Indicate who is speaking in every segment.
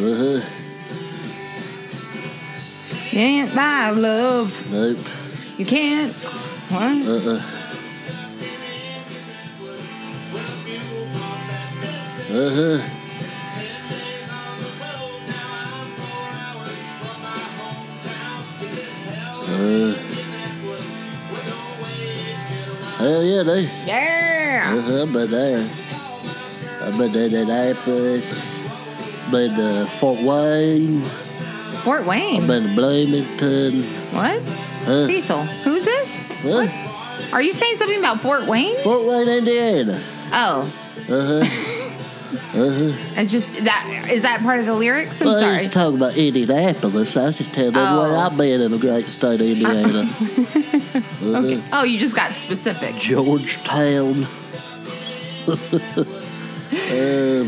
Speaker 1: Uh-huh.
Speaker 2: You ain't my love.
Speaker 1: Nope.
Speaker 2: You can't. What?
Speaker 1: Uh-uh. Uh-huh. Uh. Hell Oh, yeah, they.
Speaker 2: Yeah.
Speaker 1: Uh-huh, but uh, there. I've been to Indianapolis, been to Fort Wayne,
Speaker 2: Fort Wayne.
Speaker 1: been to Bloomington.
Speaker 2: What?
Speaker 1: Huh?
Speaker 2: Cecil. Who's this?
Speaker 1: Huh?
Speaker 2: Are you saying something about Fort Wayne?
Speaker 1: Fort Wayne, Indiana.
Speaker 2: Oh,
Speaker 1: Uh huh. uh huh.
Speaker 2: it's just that. Is that part of the lyrics? I'm
Speaker 1: Well,
Speaker 2: sorry.
Speaker 1: he's talking about Indianapolis. I was just telling them
Speaker 2: Oh.
Speaker 1: where I've been in the great state of Indiana. Uh,
Speaker 2: Okay. Oh, you just got specific.
Speaker 1: Georgetown. oh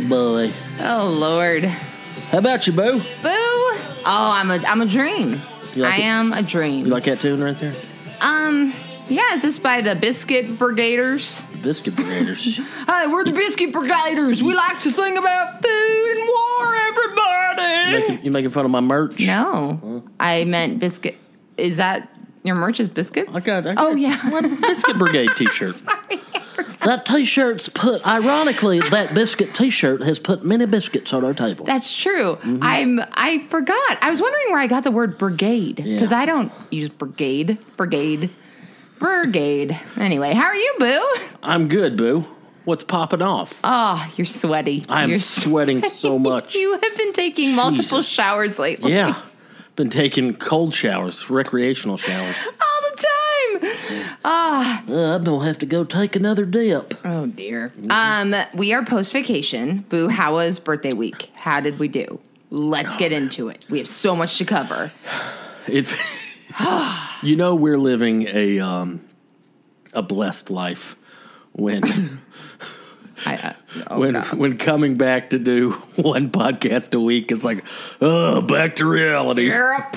Speaker 1: boy.
Speaker 2: Oh Lord.
Speaker 1: How about you, Bo?
Speaker 2: Boo. Oh, I'm a I'm a dream.
Speaker 1: You like
Speaker 2: I
Speaker 1: it?
Speaker 2: am a dream.
Speaker 1: You like that tune right there?
Speaker 2: um. Yeah, is this by the Biscuit Brigaders?
Speaker 1: Biscuit Creators.
Speaker 2: Hi, we're the Biscuit Brigaders. We like to sing about food and war, everybody.
Speaker 1: you, making, you making fun of my merch?
Speaker 2: No, I meant biscuit. Is that your merch? Is biscuits?
Speaker 1: I got. I got
Speaker 2: oh yeah.
Speaker 1: my Biscuit Brigade T-shirt.
Speaker 2: Sorry, I forgot.
Speaker 1: that T-shirt's put. Ironically, that Biscuit T-shirt has put many biscuits on our table.
Speaker 2: That's true.
Speaker 1: Mm-hmm.
Speaker 2: I'm. I forgot. I was wondering where I got the word brigade because
Speaker 1: Yeah.
Speaker 2: I don't use brigade. Brigade. Brigade. Anyway, how are you, Boo?
Speaker 1: I'm good, Boo. What's popping off?
Speaker 2: Oh, you're sweaty.
Speaker 1: I am
Speaker 2: You're s-
Speaker 1: sweating so much.
Speaker 2: You have been taking multiple
Speaker 1: Jesus.
Speaker 2: showers lately.
Speaker 1: Yeah. Been taking cold showers, recreational showers.
Speaker 2: All the time. Ah.
Speaker 1: Uh, I'm going to have to go take another dip.
Speaker 2: Oh dear.
Speaker 1: Mm-hmm.
Speaker 2: Um, we are post vacation. Boo, how was birthday week? How did we do? Let's get into it. We have so much to cover.
Speaker 1: It, you know, we're living a, um, a blessed life when,
Speaker 2: I, uh, oh,
Speaker 1: when,
Speaker 2: no.
Speaker 1: when coming back to do one podcast a week is like, oh, back to reality,
Speaker 2: Europe.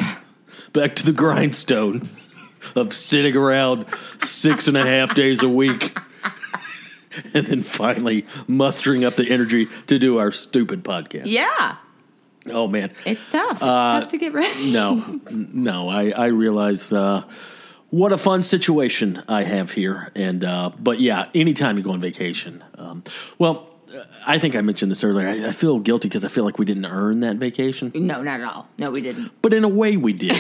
Speaker 1: back to the grindstone of sitting around six and a half days a week. And then finally mustering up the energy to do our stupid podcast.
Speaker 2: Yeah,
Speaker 1: Oh man,
Speaker 2: it's tough. It's tough to get ready.
Speaker 1: Uh, no, n- no. I I realize uh, what a fun situation I have here, and uh, but yeah, anytime you go on vacation, um, well, uh, I think I mentioned this earlier. I, I feel guilty because I feel like we didn't earn that vacation,
Speaker 2: No, not at all. No, we didn't.
Speaker 1: but in a way we did.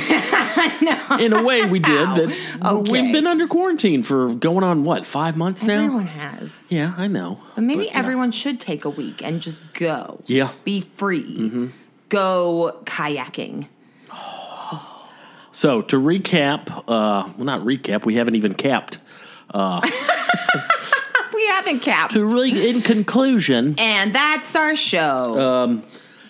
Speaker 1: In a way we did. That
Speaker 2: Okay.
Speaker 1: we've been under quarantine for going on what five months now.
Speaker 2: Everyone has.
Speaker 1: Yeah, I know.
Speaker 2: But maybe
Speaker 1: yeah.
Speaker 2: everyone should take a week and just go.
Speaker 1: Yeah. Mm-hmm.
Speaker 2: Be free. Go kayaking.
Speaker 1: So to recap, uh, well, not recap. We haven't even capped.
Speaker 2: We haven't capped.
Speaker 1: To re- in conclusion.
Speaker 2: and that's our show.
Speaker 1: Uh,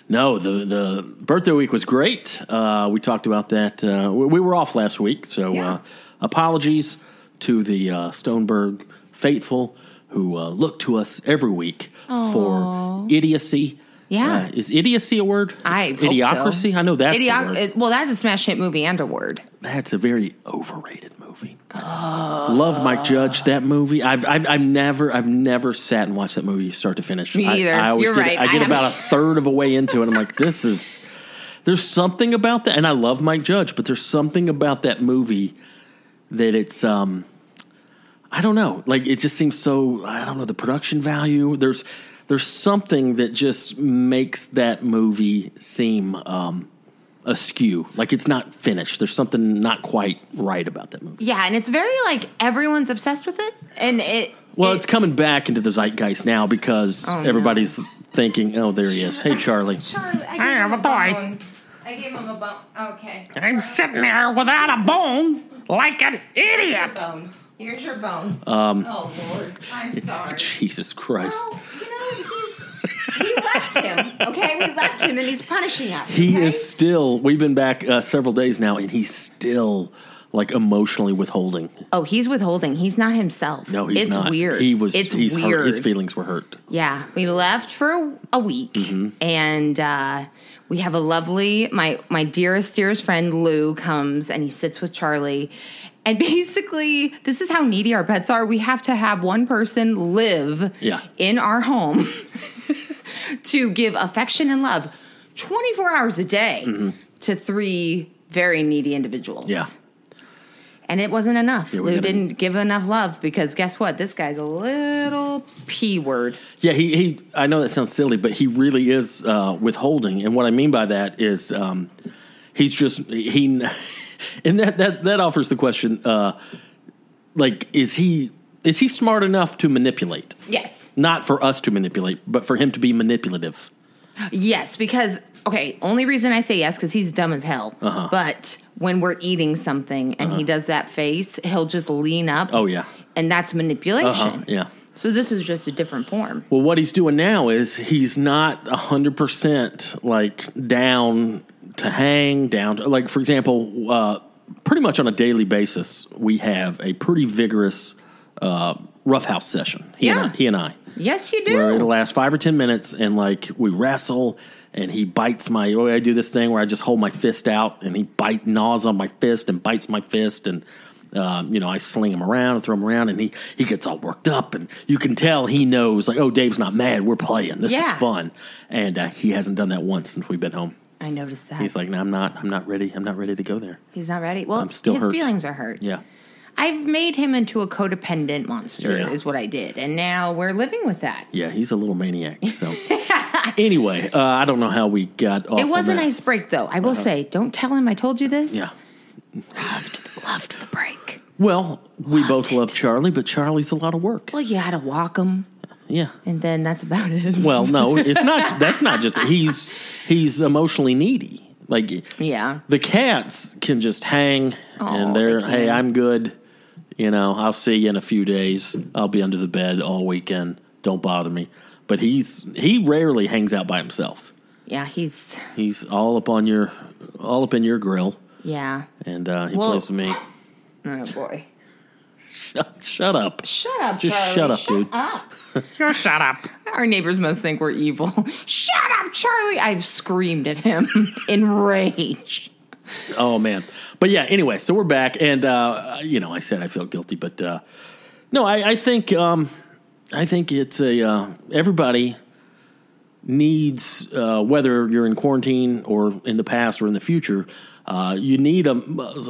Speaker 1: No, the the birthday week was great. Uh, we talked about that. Uh, we, we were off last week, so
Speaker 2: Yeah.
Speaker 1: uh, apologies to the uh, Stoneberg faithful who uh, look to us every week for idiocy.
Speaker 2: Yeah.
Speaker 1: Uh, is idiocy a word?
Speaker 2: I hope so.
Speaker 1: idiocracy. I know that's a
Speaker 2: Idioc-
Speaker 1: word.
Speaker 2: it- well, that's a smash hit movie and a word.
Speaker 1: that's a very overrated movie. Love Mike Judge. That movie. I've, I've I've never I've never sat and watched that movie start to finish.
Speaker 2: Me
Speaker 1: I-
Speaker 2: either.
Speaker 1: I, always
Speaker 2: You're
Speaker 1: get,
Speaker 2: right.
Speaker 1: I
Speaker 2: I
Speaker 1: get
Speaker 2: haven't-
Speaker 1: about a third of a way into it. I'm like, this is. There's something about that, and I love Mike Judge, but there's something about that movie that it's um, I don't know. Like it just seems so. I don't know the production value. There's there's something that just makes that movie seem um askew. Like it's not finished. There's something not quite right about that movie.
Speaker 2: Yeah, and it's very like everyone's obsessed with it, and it
Speaker 1: Well, it's coming back into the zeitgeist now because
Speaker 2: Oh, no.
Speaker 1: everybody's thinking, "Oh, there he is. Hey, Charlie."
Speaker 2: Charlie, I gave
Speaker 3: Hey,
Speaker 2: him a
Speaker 3: I'm sorry.
Speaker 2: bone. I gave him a bone. Okay.
Speaker 3: I'm sitting there without a bone like an idiot.
Speaker 2: Bone. Here's your bone. Um, oh Lord, I'm sorry.
Speaker 1: Jesus Christ.
Speaker 2: Well, you know, he's, we left him. Okay, we left him, and he's punishing us.
Speaker 1: He
Speaker 2: okay?
Speaker 1: is still. We've been back uh, several days now, and he's still like emotionally withholding.
Speaker 2: Oh, he's withholding. He's not himself.
Speaker 1: No, he's
Speaker 2: it's
Speaker 1: not.
Speaker 2: weird.
Speaker 1: He was.
Speaker 2: It's
Speaker 1: he's
Speaker 2: weird.
Speaker 1: Hurt. His feelings were hurt.
Speaker 2: Yeah, we left for a week, and uh, we have a lovely my my dearest dearest friend Lou comes and he sits with Charlie, and basically this is how needy our pets are. We have to have one person live
Speaker 1: Yeah.
Speaker 2: in our home to give affection and love twenty four hours a day to three very needy individuals.
Speaker 1: Yeah.
Speaker 2: And it wasn't enough.
Speaker 1: we
Speaker 2: Lou
Speaker 1: gotta-
Speaker 2: didn't give enough love because guess what? This guy's a little p word.
Speaker 1: Yeah, he, he I know that sounds silly, but he really is uh, withholding. And what I mean by that is um, he's just he and that that that offers the question uh, like is he is he smart enough to manipulate?
Speaker 2: Yes.
Speaker 1: Not for us to manipulate, but for him to be manipulative.
Speaker 2: Yes, because okay, only reason I say yes because he's dumb as hell.
Speaker 1: Uh-huh.
Speaker 2: But when we're eating something and he does that face, he'll just lean up.
Speaker 1: Oh yeah.
Speaker 2: and that's manipulation.
Speaker 1: Uh-huh, yeah.
Speaker 2: So this is just a different form.
Speaker 1: Well, what he's doing now is he's not 100% like down to hang, down to, like, for example, uh, pretty much on a daily basis, we have a pretty vigorous uh, roughhouse session. He
Speaker 2: Yeah.
Speaker 1: And I, he and I.
Speaker 2: Yes, you
Speaker 1: Where it'll
Speaker 2: do.
Speaker 1: last five or 10 minutes and like we wrestle and he bites my, oh, I do this thing where I just hold my fist out and he bite, gnaws on my fist and bites my fist and. Um, you know, I sling him around and throw him around, and he he gets all worked up, and you can tell he knows like, oh, Dave's not mad. We're playing. This
Speaker 2: Yeah.
Speaker 1: is fun, and uh, he hasn't done that once since we've been home.
Speaker 2: I noticed that.
Speaker 1: He's like, no, I'm not. I'm not ready. I'm not ready to go there.
Speaker 2: He's not ready. Well,
Speaker 1: I'm still
Speaker 2: his
Speaker 1: hurt.
Speaker 2: feelings are hurt.
Speaker 1: Yeah,
Speaker 2: I've made him into a codependent monster,
Speaker 1: Yeah.
Speaker 2: is what I did. And now we're living with that.
Speaker 1: yeah. He's a little maniac. So anyway, uh, I don't know how we got off.
Speaker 2: It was a
Speaker 1: on that. Uh-huh.
Speaker 2: nice break, though. I will say, don't tell him I told you this.
Speaker 1: Yeah.
Speaker 2: Loved the break.
Speaker 1: Well, we both love Charlie, but Charlie's a lot of work.
Speaker 2: Well, you had to walk him,
Speaker 1: Yeah.
Speaker 2: and then that's about it.
Speaker 1: Well, no, it's not. That's not just he's he's emotionally needy. Like
Speaker 2: yeah.
Speaker 1: the cats can just hang
Speaker 2: Aw,
Speaker 1: and they're
Speaker 2: they
Speaker 1: hey,
Speaker 2: can.
Speaker 1: I'm good. You know, I'll see you in a few days. I'll be under the bed all weekend. Don't bother me. But he's he rarely hangs out by himself.
Speaker 2: Yeah, he's
Speaker 1: He's all up on your all up in your grill,
Speaker 2: yeah.
Speaker 1: and uh, he
Speaker 2: Well-
Speaker 1: plays with me.
Speaker 2: Oh boy.
Speaker 1: Shut, shut up.
Speaker 2: Shut up,
Speaker 1: Just
Speaker 2: Charlie.
Speaker 1: shut up, dude.
Speaker 2: up.
Speaker 3: You shut up.
Speaker 2: Our neighbors must think we're evil. Shut up, Charlie. I've screamed at him in rage.
Speaker 1: Oh man, but yeah. Anyway, so we're back, and uh, you know, I said I felt guilty, but uh, no, I, I think um, I think it's a uh, everybody needs uh, whether you're in quarantine or in the past or in the future, uh, you need a,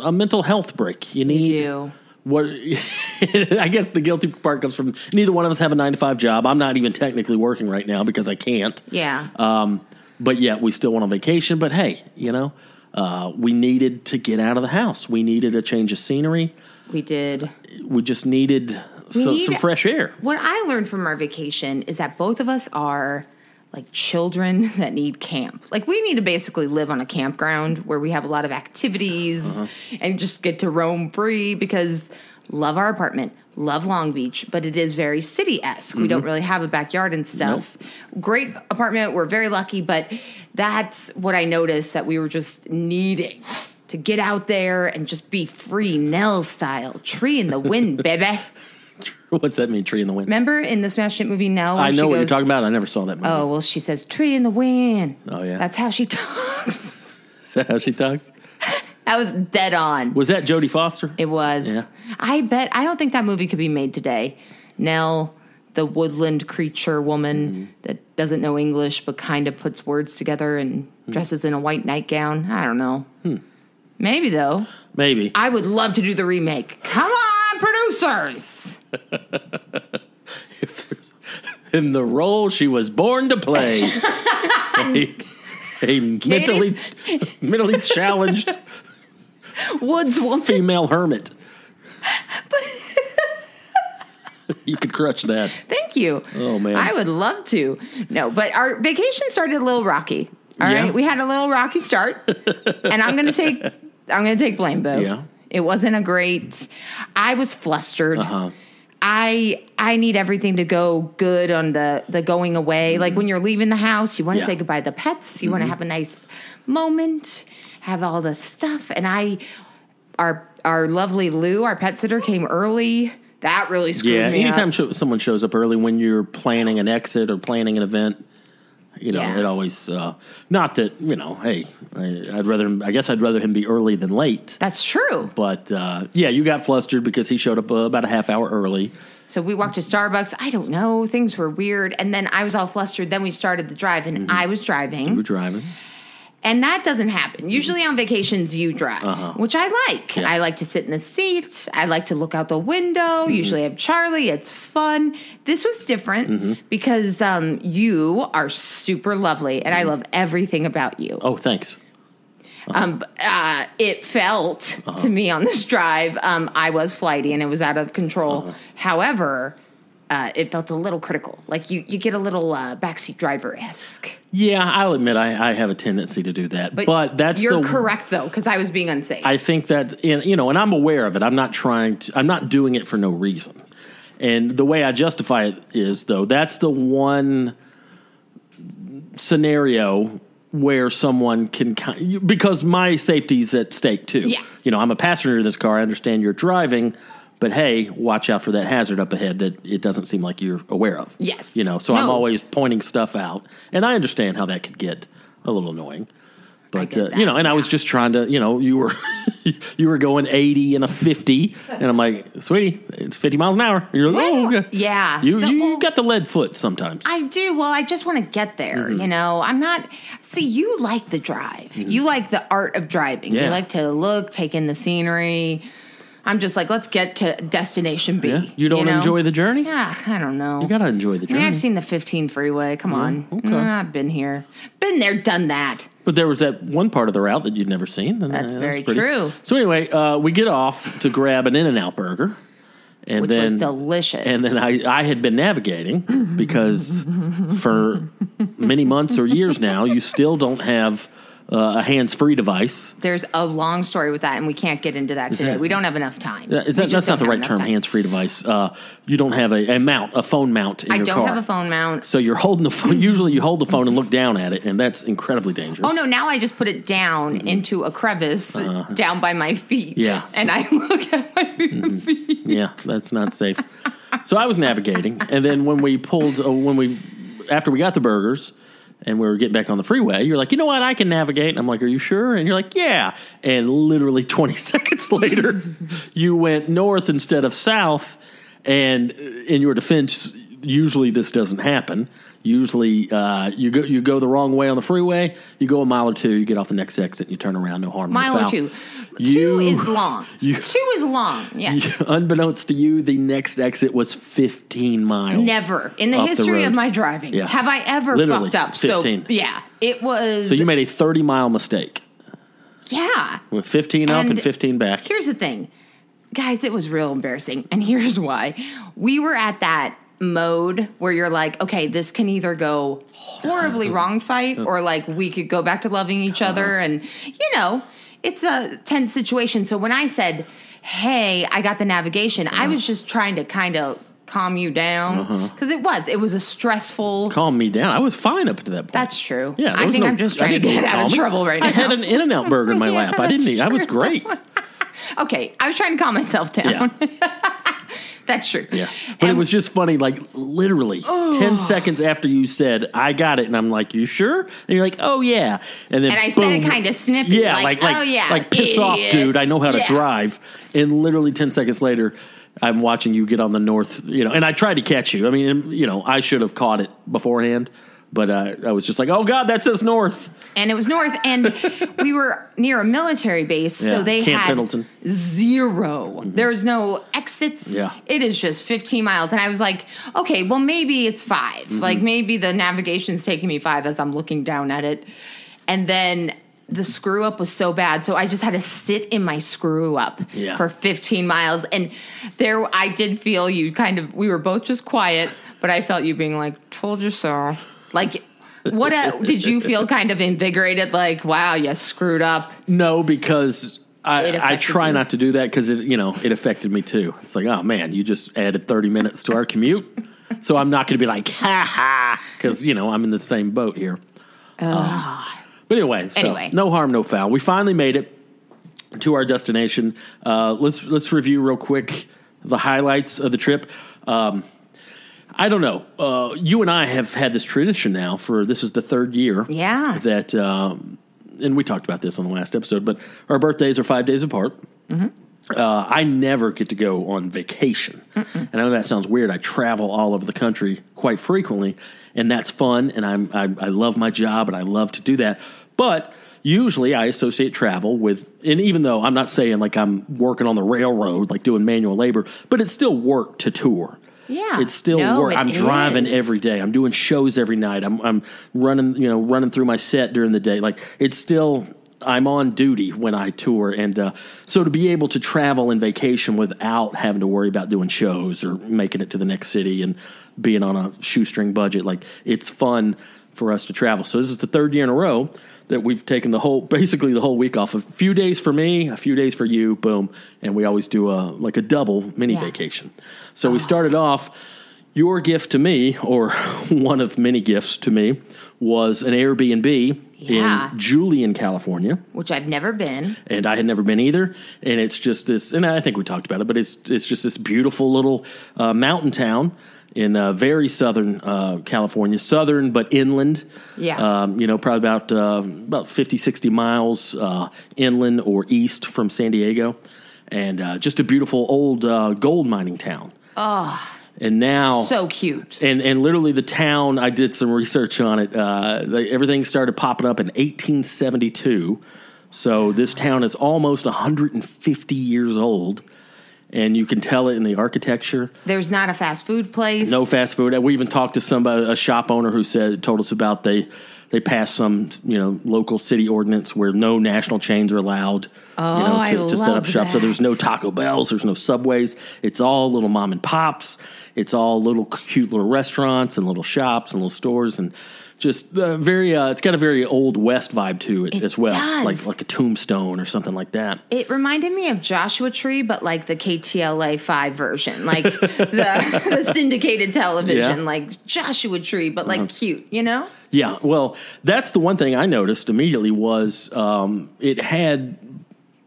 Speaker 1: a mental health break. You need
Speaker 2: do.
Speaker 1: what? I guess the guilty part comes from neither one of us have a nine to five job. I'm not even technically working right now because I can't.
Speaker 2: Yeah.
Speaker 1: Um, but yet we still went on vacation. But hey, you know, uh, we needed to get out of the house. We needed a change of scenery.
Speaker 2: we did.
Speaker 1: We just needed so,
Speaker 2: need-
Speaker 1: some fresh air.
Speaker 2: What I learned from our vacation is that both of us are like children that need camp. Like we need to basically live on a campground where we have a lot of activities and just get to roam free because love our apartment, love Long Beach, but it is very city-esque. We don't really have a backyard and stuff. Great apartment, we're very lucky, but that's what I noticed that we were just needing to get out there and just be free Nell style, tree in the wind, baby.
Speaker 1: What's that mean? Tree in the wind.
Speaker 2: Remember in the Smash Hit movie Nell? when
Speaker 1: I
Speaker 2: she
Speaker 1: know what you're
Speaker 2: goes,
Speaker 1: talking about. I never saw that movie.
Speaker 2: Oh well, she says tree in the wind.
Speaker 1: Oh, yeah.
Speaker 2: that's how she talks.
Speaker 1: Is that how she talks?
Speaker 2: That was dead on.
Speaker 1: Was that Jodie Foster?
Speaker 2: It was.
Speaker 1: Yeah.
Speaker 2: I bet. I don't think that movie could be made today. Nell, the woodland creature woman
Speaker 1: Mm-hmm.
Speaker 2: that doesn't know English but kind of puts words together and
Speaker 1: Hmm.
Speaker 2: dresses in a white nightgown. I don't know. Maybe though.
Speaker 1: Maybe.
Speaker 2: I would love to do the remake. Come on, producers.
Speaker 1: in the role she was born to play. a, a mentally mentally challenged
Speaker 2: Woods woman.
Speaker 1: female hermit. you could crush that.
Speaker 2: Thank you.
Speaker 1: Oh, man.
Speaker 2: I would love to. No, but our vacation started a little rocky. All right,
Speaker 1: Yeah.
Speaker 2: We had a little rocky start. and I'm gonna take I'm gonna take blame, Bo.
Speaker 1: Yeah.
Speaker 2: It wasn't a great I was flustered.
Speaker 1: Uh-huh.
Speaker 2: I I need everything to go good on the the going away. Like when you're leaving the house, you want to
Speaker 1: Yeah. Mm-hmm.
Speaker 2: say goodbye to the pets. You want to have a nice moment, have all the stuff. And I our our lovely Lou, our pet sitter, came early. That really screwed
Speaker 1: Yeah,
Speaker 2: me up.
Speaker 1: anytime sho- someone shows up early when you're planning an exit or planning an event, you know,
Speaker 2: Yeah.
Speaker 1: it always. Uh, not that you know, hey, I, I'd rather. I guess I'd rather him be early than late.
Speaker 2: That's true.
Speaker 1: But uh, yeah, you got flustered because he showed up uh, about a half hour early.
Speaker 2: So we walked to Starbucks. I don't know. Things were weird. And then I was all flustered. Then we started the drive, and I was
Speaker 1: You were
Speaker 2: driving.
Speaker 1: driving.
Speaker 2: And that doesn't happen. Usually on vacations, you drive, which I like.
Speaker 1: Yeah.
Speaker 2: I like to sit in the seat. I like to look out the window. Usually I have Charlie. It's fun. This was different because um, you are super lovely, and I love everything about you.
Speaker 1: Oh, thanks.
Speaker 2: Um, uh, it felt
Speaker 1: Uh-huh.
Speaker 2: to me on this drive, um, I was flighty and it was out of
Speaker 1: Uh-huh.
Speaker 2: control. However, uh, it felt a little critical. Like you, you get a little uh, backseat driver esque.
Speaker 1: Yeah, I'll admit I, I have a tendency to do that, but, that's
Speaker 2: you're
Speaker 1: the,
Speaker 2: correct though, because I was being unsafe.
Speaker 1: I think that and, you know, and I'm aware of it. I'm not trying to. I'm not doing it for no reason. And the way I justify it is though that's the one scenario where someone can ki- because my safety's at stake too.
Speaker 2: Yeah.
Speaker 1: You know, I'm a passenger in this car. I understand you're driving, but hey, watch out for that hazard up ahead that it doesn't seem like you're aware of.
Speaker 2: Yes.
Speaker 1: You know, so I'm
Speaker 2: No.
Speaker 1: always pointing stuff out, and I understand how that could get a little annoying. But
Speaker 2: get
Speaker 1: uh, you know,
Speaker 2: that,
Speaker 1: and I was just trying to, you know, you were you were going eighty and a fifty, and I'm like, sweetie, it's fifty miles an hour. You're like,
Speaker 2: Well,
Speaker 1: oh, okay.
Speaker 2: yeah.
Speaker 1: You,
Speaker 2: The-
Speaker 1: you
Speaker 2: well-
Speaker 1: got the lead foot sometimes.
Speaker 2: I do. Well, I just want to get there.
Speaker 1: Mm-hmm.
Speaker 2: You know, I'm not. See, you like the drive. You like the art of driving. You
Speaker 1: Yeah.
Speaker 2: like to look, take in the scenery. I'm just like, let's get to destination B.
Speaker 1: yeah. You don't
Speaker 2: know?
Speaker 1: enjoy the journey.
Speaker 2: Yeah, I don't know.
Speaker 1: You gotta enjoy the
Speaker 2: I mean,
Speaker 1: journey.
Speaker 2: I've seen the 15 freeway. Come on.
Speaker 1: okay.
Speaker 2: Mm, I've been here. Been there, done that.
Speaker 1: But there was that one part of the route that you'd never seen. And uh,
Speaker 2: That's
Speaker 1: that was
Speaker 2: very
Speaker 1: pretty-
Speaker 2: true.
Speaker 1: So anyway, uh, we get off to grab an In-N-Out burger, and
Speaker 2: Which
Speaker 1: then
Speaker 2: was delicious.
Speaker 1: and then I, I had been navigating because for many months or years now, you still don't have uh, a hands-free device.
Speaker 2: There's a long story with that, and we can't get into that today.
Speaker 1: that-
Speaker 2: we don't have enough time.
Speaker 1: Is
Speaker 2: We
Speaker 1: that,
Speaker 2: just
Speaker 1: that's
Speaker 2: don't
Speaker 1: not the
Speaker 2: have
Speaker 1: right
Speaker 2: enough
Speaker 1: term,
Speaker 2: time.
Speaker 1: hands-free device. Uh, you don't have a, a mount, a phone mount in
Speaker 2: I
Speaker 1: your
Speaker 2: don't
Speaker 1: car.
Speaker 2: have a phone mount.
Speaker 1: So you're holding the phone. Usually, you hold the phone and look down at it, and that's incredibly dangerous.
Speaker 2: Oh, no, now I just put it down into a crevice down by my feet.
Speaker 1: Mm-hmm. Uh-huh. Yeah,
Speaker 2: And I look at my feet.
Speaker 1: yeah, that's not safe. so I was navigating, and then when we pulled, uh, when we after we got the burgers and we were getting back on the freeway, you're like, you know what, I can navigate. And I'm like, are you sure? And you're like, yeah. And literally 20 seconds later, you went north instead of south, and uh, in your defense, usually this doesn't happen. Usually, uh, you go you go the wrong way on the freeway. You go a mile or two, you get off the next exit, you turn around, no harm. no
Speaker 2: Mile or
Speaker 1: foul.
Speaker 2: two.
Speaker 1: You-
Speaker 2: two is long.
Speaker 1: you-
Speaker 2: two is long. Yeah.
Speaker 1: Unbeknownst to you, the next exit was 15 miles.
Speaker 2: Never in the
Speaker 1: up
Speaker 2: history
Speaker 1: road.
Speaker 2: of my driving
Speaker 1: Yeah.
Speaker 2: have I ever
Speaker 1: Literally,
Speaker 2: fucked up.
Speaker 1: 15.
Speaker 2: So yeah, it was.
Speaker 1: So you made a 30 mile mistake
Speaker 2: yeah.
Speaker 1: with 15 up and
Speaker 2: And-
Speaker 1: 15 back.
Speaker 2: Here's the thing, guys, it was real embarrassing. And here's why we were at that mode where you're like, okay, this can either go horribly wrong fight or like we could go back to loving each other. And, you know, it's a tense situation. So when I said, hey, I got the navigation, I
Speaker 1: Uh-huh.
Speaker 2: was just trying to kind of calm you down because it was, it was a stressful.
Speaker 1: Calm me down. I was fine up to that point.
Speaker 2: That's true.
Speaker 1: yeah, there
Speaker 2: I
Speaker 1: was
Speaker 2: think
Speaker 1: no-
Speaker 2: I'm just
Speaker 1: I
Speaker 2: trying to
Speaker 1: didn't need
Speaker 2: get out
Speaker 1: calm
Speaker 2: of
Speaker 1: me.
Speaker 2: trouble right now.
Speaker 1: I had an In and Out burger in my
Speaker 2: Yeah,
Speaker 1: lap. I didn't
Speaker 2: that's
Speaker 1: need I was
Speaker 2: true.
Speaker 1: great.
Speaker 2: okay, I was trying to calm myself
Speaker 1: Yeah.
Speaker 2: down. That's true.
Speaker 1: Yeah. But it
Speaker 2: And-
Speaker 1: was just funny, like literally 10 seconds after you said, I got it. And I'm like, You sure? And you're like, Oh, yeah. And then
Speaker 2: And I said it
Speaker 1: boom.
Speaker 2: kinda snippy,
Speaker 1: Yeah. Like,
Speaker 2: like,
Speaker 1: like,
Speaker 2: "Oh, yeah,
Speaker 1: like piss off,
Speaker 2: idiot."
Speaker 1: dude. I know how to
Speaker 2: Yeah.
Speaker 1: drive. And literally 10 seconds later, I'm watching you get on the north, you know, and I tried to catch you. I mean, and, you know, I should have caught it beforehand, but uh, I was just like, Oh, God, that says north.
Speaker 2: and it was north and we were near a military base
Speaker 1: Yeah,
Speaker 2: so they
Speaker 1: Camp
Speaker 2: had
Speaker 1: Pendleton. Mm-hmm.
Speaker 2: 0 there was no exits
Speaker 1: Yeah.
Speaker 2: it is just 15 miles and i was like okay well maybe it's
Speaker 1: Mm-hmm.
Speaker 2: 5 like maybe the navigation's taking me five as i'm looking down at it and then the screw up was so bad. So I just had to sit in my screw up
Speaker 1: Yeah.
Speaker 2: for 15 miles. And there, I did feel you kind of, we were both just quiet, but I felt you being like, told you so. Like, what a, did you feel kind of invigorated? Like, wow, you screwed up.
Speaker 1: No, because
Speaker 2: It
Speaker 1: I, I
Speaker 2: affected
Speaker 1: try
Speaker 2: you?
Speaker 1: not to do that because it you know it affected me too. It's like oh man, you just added thirty minutes to our commute, so I'm not going to be like ha ha because you know I'm in the same boat here. Um, but anyway, so,
Speaker 2: Anyway.
Speaker 1: no harm, no foul. We finally made it to our destination. Uh, let's let's review real quick the highlights of the trip. Um, I don't know. Uh, you and I have had this tradition now for this is the third year.
Speaker 2: Yeah.
Speaker 1: That, um, and we talked about this on the last episode, but our birthdays are five days apart. Uh, I never get to go on vacation. And I know that sounds weird. I travel all over the country quite frequently, and that's fun. And I'm, I, I love my job, and I love to do that. But usually I associate travel with, and even though I'm not saying like I'm working on the railroad, like doing manual labor, but it's still work to tour.
Speaker 2: Yeah.
Speaker 1: It's still
Speaker 2: No,
Speaker 1: work.
Speaker 2: it
Speaker 1: I'm driving
Speaker 2: is.
Speaker 1: every day. I'm doing shows every night. I'm I'm running, you know, running through my set during the day. Like it's still I'm on duty when I tour and uh, so to be able to travel and vacation without having to worry about doing shows or making it to the next city and being on a shoestring budget, like it's fun for us to travel. So this is the third year in a row that we've taken the whole basically the whole week off. A few days for me, a few days for you, boom, and we always do a like a double mini
Speaker 2: Yeah.
Speaker 1: vacation. So we started off your gift to me, or one of many gifts to me, was an Airbnb
Speaker 2: Yeah.
Speaker 1: in Julian, California,
Speaker 2: Which I've never been.
Speaker 1: and I had never been either. And it's just this, and I think we talked about it, but it's it's just this beautiful little uh, mountain town in uh, very southern uh, California, southern but inland.
Speaker 2: Yeah.
Speaker 1: um, you know, probably about uh, about 50, 60 miles uh, inland or east from San Diego, and uh, just a beautiful old uh, gold mining town. Oh. And now,
Speaker 2: Ah. So cute.
Speaker 1: and and literally the town I did some research on it. Uh, they, everything started popping up in 1872, so this town is almost 150 years old, and you can tell it in the architecture.
Speaker 2: There's not a fast food place.
Speaker 1: No fast food. We even talked to somebody, a shop owner, who said told us about they they passed some you know local city ordinance where no national chains are allowed. you know, to,
Speaker 2: Oh, I
Speaker 1: to set up
Speaker 2: love
Speaker 1: shop. So there's
Speaker 2: that.
Speaker 1: no Taco Bells, there's no Subways. It's all little mom and pops. It's all little cute little restaurants and little shops and little stores and just uh, very. Uh, it's got a very old West vibe to it, as well,
Speaker 2: does.
Speaker 1: like like a tombstone or something like that.
Speaker 2: It reminded me of Joshua Tree, but like the KTLA 5 version, like the, the syndicated television,
Speaker 1: Yeah. Uh-huh.
Speaker 2: like Joshua Tree, but like cute, you know?
Speaker 1: Yeah, well, that's the one thing I noticed immediately was um, it had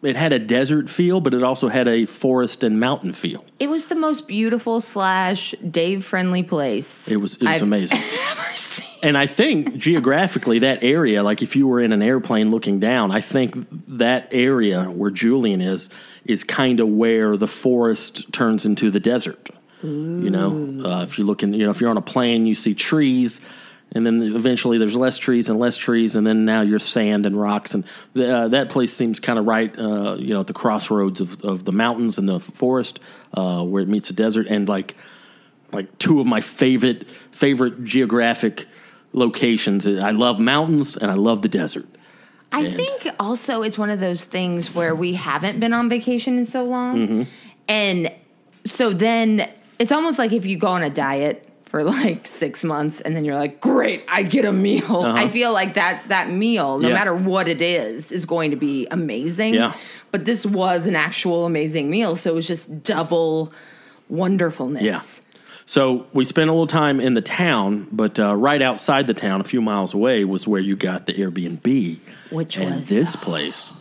Speaker 1: it had a desert feel, but it also had a forest and mountain feel.
Speaker 2: It was the most beautiful slash Dave friendly place.
Speaker 1: It was it was
Speaker 2: I've
Speaker 1: amazing,
Speaker 2: ever seen.
Speaker 1: and I think geographically that area, like if you were in an airplane looking down, I think that area where Julian is is kind of where the forest turns into the desert. You know, uh, if you're looking, you know, if you're on a plane, you see trees, and then eventually there's less trees and less trees, and then now you're sand and rocks, and the, uh, that place seems kind of right, uh, you know, at the crossroads of, of the mountains and the forest uh, where it meets the desert, and like like two of my favorite favorite geographic locations. I love mountains and I love the desert.
Speaker 2: I think also it's one of those things where we haven't been on vacation in so long.
Speaker 1: Mm-hmm.
Speaker 2: And so then it's almost like if you go on a diet for like six months and then you're like, great, I get a meal. I feel like that that meal, no
Speaker 1: Uh-huh. Yeah.
Speaker 2: matter what it is, is going to be amazing.
Speaker 1: Yeah.
Speaker 2: But this was an actual amazing meal. So it was just double wonderfulness.
Speaker 1: Yeah. So we spent a little time in the town, but uh, right outside the town, a few miles away, was where you got the Airbnb.
Speaker 2: Which
Speaker 1: and
Speaker 2: was-
Speaker 1: this place.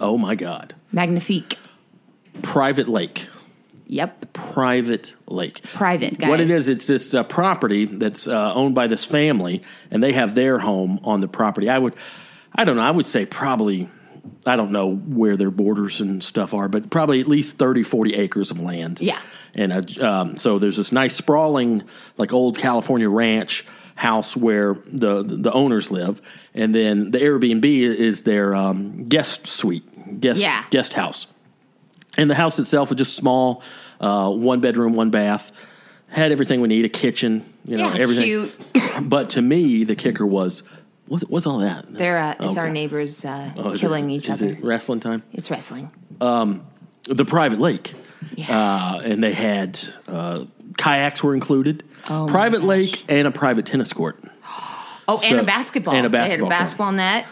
Speaker 1: Oh my God!
Speaker 2: Magnifique.
Speaker 1: Private lake.
Speaker 2: Yep.
Speaker 1: private lake.
Speaker 2: Private, guys.
Speaker 1: What it is, it's this uh, property that's uh, owned by this family, and they have their home on the property. I would, I don't know. I would say probably, I don't know where their borders and stuff are, but probably at least 30, 40 acres of land.
Speaker 2: Yeah.
Speaker 1: And uh, um, so there's this nice sprawling, like old California ranch house where the the owners live, and then the Airbnb is their um, guest suite, guest
Speaker 2: Yeah.
Speaker 1: guest house. And the house itself was just small, uh, one bedroom, one bath, had everything we need, a kitchen, you know,
Speaker 2: Yeah,
Speaker 1: everything.
Speaker 2: cute.
Speaker 1: But to me, the kicker was What, what's all that?
Speaker 2: They're uh, it's our
Speaker 1: Okay.
Speaker 2: neighbors uh,
Speaker 1: Oh, is
Speaker 2: killing
Speaker 1: it-
Speaker 2: each
Speaker 1: is
Speaker 2: other.
Speaker 1: it wrestling time.
Speaker 2: It's wrestling.
Speaker 1: the private lake.
Speaker 2: Yeah.
Speaker 1: Uh, and they had uh, kayaks were included.
Speaker 2: Oh, my
Speaker 1: private
Speaker 2: gosh.
Speaker 1: lake and a private tennis court.
Speaker 2: Oh,
Speaker 1: So-
Speaker 2: and a basketball.
Speaker 1: and a
Speaker 2: They had
Speaker 1: basketball court.
Speaker 2: basketball net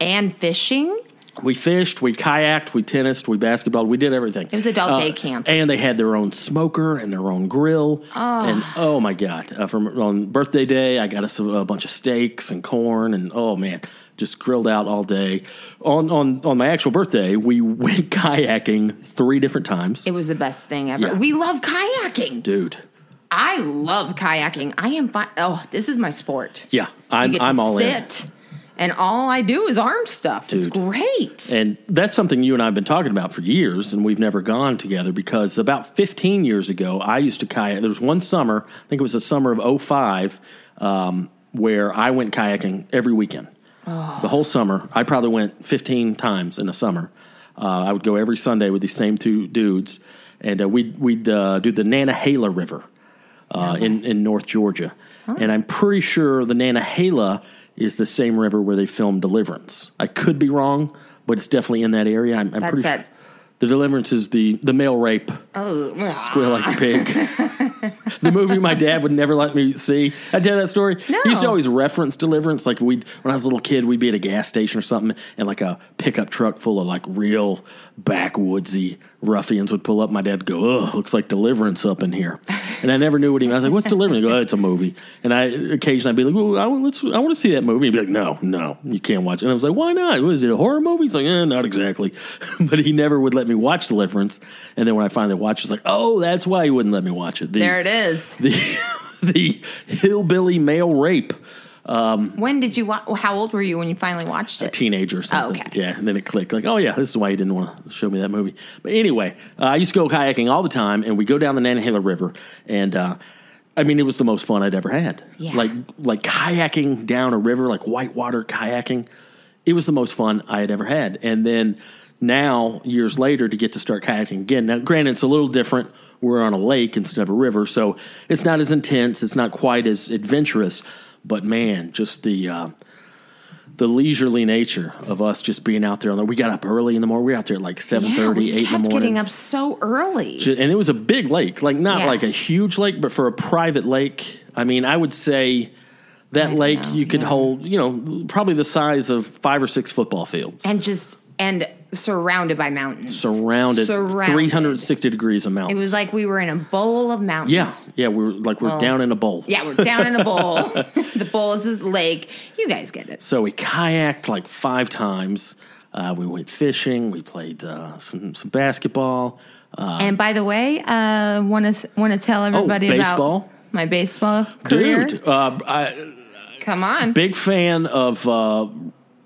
Speaker 2: and fishing.
Speaker 1: We fished, we kayaked, we tennised, we basketballed, we did everything. It
Speaker 2: was adult day camp. Ah.
Speaker 1: And they had their own smoker and their own grill. And oh my God. Uh, from, on birthday day, I got us a, a bunch of steaks and corn and oh man, just grilled out all day. On, on, on my actual birthday, we went kayaking three different times.
Speaker 2: It was the best thing ever.
Speaker 1: Yeah.
Speaker 2: We love kayaking.
Speaker 1: Dude.
Speaker 2: I love kayaking. I am fine. Oh, this is my sport.
Speaker 1: Yeah,
Speaker 2: I
Speaker 1: I'm,
Speaker 2: get to
Speaker 1: I'm all in.
Speaker 2: sit, and all I do is arm stuff. It's
Speaker 1: Dude.
Speaker 2: great.
Speaker 1: And that's something you and I have been talking about for years, and we've never gone together because about 15 years ago, I used to kayak. There was one summer, I think it was the summer of 05, um, where I went kayaking every weekend. The whole summer. I probably went 15 times in a summer. Uh, I would go every Sunday with these same two dudes, and uh, we'd, we'd uh, do the Nanahala River uh, in, in North Georgia. And I'm pretty sure the Nanahala is the same river where they filmed Deliverance. I could be wrong, but it's definitely in that area. I'm, I'm
Speaker 2: That's
Speaker 1: pretty
Speaker 2: that-
Speaker 1: sure. The Deliverance is the, the male rape,
Speaker 2: oh,
Speaker 1: squeal like a pig. the movie my dad would never let me see. I tell that story. He used to
Speaker 2: No.
Speaker 1: always reference Deliverance. Like we, when I was a little kid, we'd be at a gas station or something, and like a pickup truck full of like real backwoodsy ruffians would pull up. My dad would go, "Ugh, looks like Deliverance up in here," and I never knew what he meant. I was like, "What's Deliverance?" He'd go, oh, "It's a movie." And I occasionally I'd be like, well, I, want- let's, I want to see that movie." He'd be like, "No, no, you can't watch." it. And I was like, "Why not? Was it a horror movie?" He's like, eh, "Not exactly," but he never would let me watch Deliverance. And then when I finally watched, it, it's like, "Oh, that's why he wouldn't let me watch it." The-
Speaker 2: there it is.
Speaker 1: the the hillbilly male rape
Speaker 2: When did you? Wa- how old were you when you finally watched it? Oh,
Speaker 1: teenager or something.
Speaker 2: okay.
Speaker 1: Yeah, and then it clicked like, oh yeah, this is why he didn't want to show me that movie. But anyway, uh, I used to go kayaking all the time, and we go down the Nantahala River, and uh, I mean, it was the most fun I'd ever had.
Speaker 2: Yeah.
Speaker 1: Like like kayaking down a river, like whitewater kayaking. It was the most fun I had ever had. And then now, years later, to get to start kayaking again. Now, granted, it's a little different. We're on a lake instead of a river, so it's not as intense. It's not quite as adventurous. But man, just the uh, the leisurely nature of us just being out there on the we got up early in the morning we were out there at like 7.30
Speaker 2: yeah, we
Speaker 1: 8 in the
Speaker 2: kept
Speaker 1: morning
Speaker 2: getting up so early.
Speaker 1: Ju- and it was a big lake like not
Speaker 2: Yeah.
Speaker 1: like a huge lake but for a private lake i mean i would say that
Speaker 2: don't
Speaker 1: lake
Speaker 2: know,
Speaker 1: you could
Speaker 2: yeah.
Speaker 1: hold you know probably the size of five or six football fields
Speaker 2: and just and surrounded by mountains.
Speaker 1: surrounded,
Speaker 2: surrounded.
Speaker 1: 360 degrees of
Speaker 2: It
Speaker 1: mountains
Speaker 2: was like we were in a bowl of mountains.
Speaker 1: yeah yeah we were like we're
Speaker 2: Well,
Speaker 1: down in a bowl
Speaker 2: Yeah, we're down in a bowl. the bowl is the lake. You guys get it.
Speaker 1: So we kayaked like five times. Uh, we went fishing. We played uh, some some basketball. Um,
Speaker 2: and by the way, uh, want to want to tell everybody
Speaker 1: Oh, baseball?
Speaker 2: about my baseball career.
Speaker 1: Dude, uh, I,
Speaker 2: Come on.
Speaker 1: big fan of uh,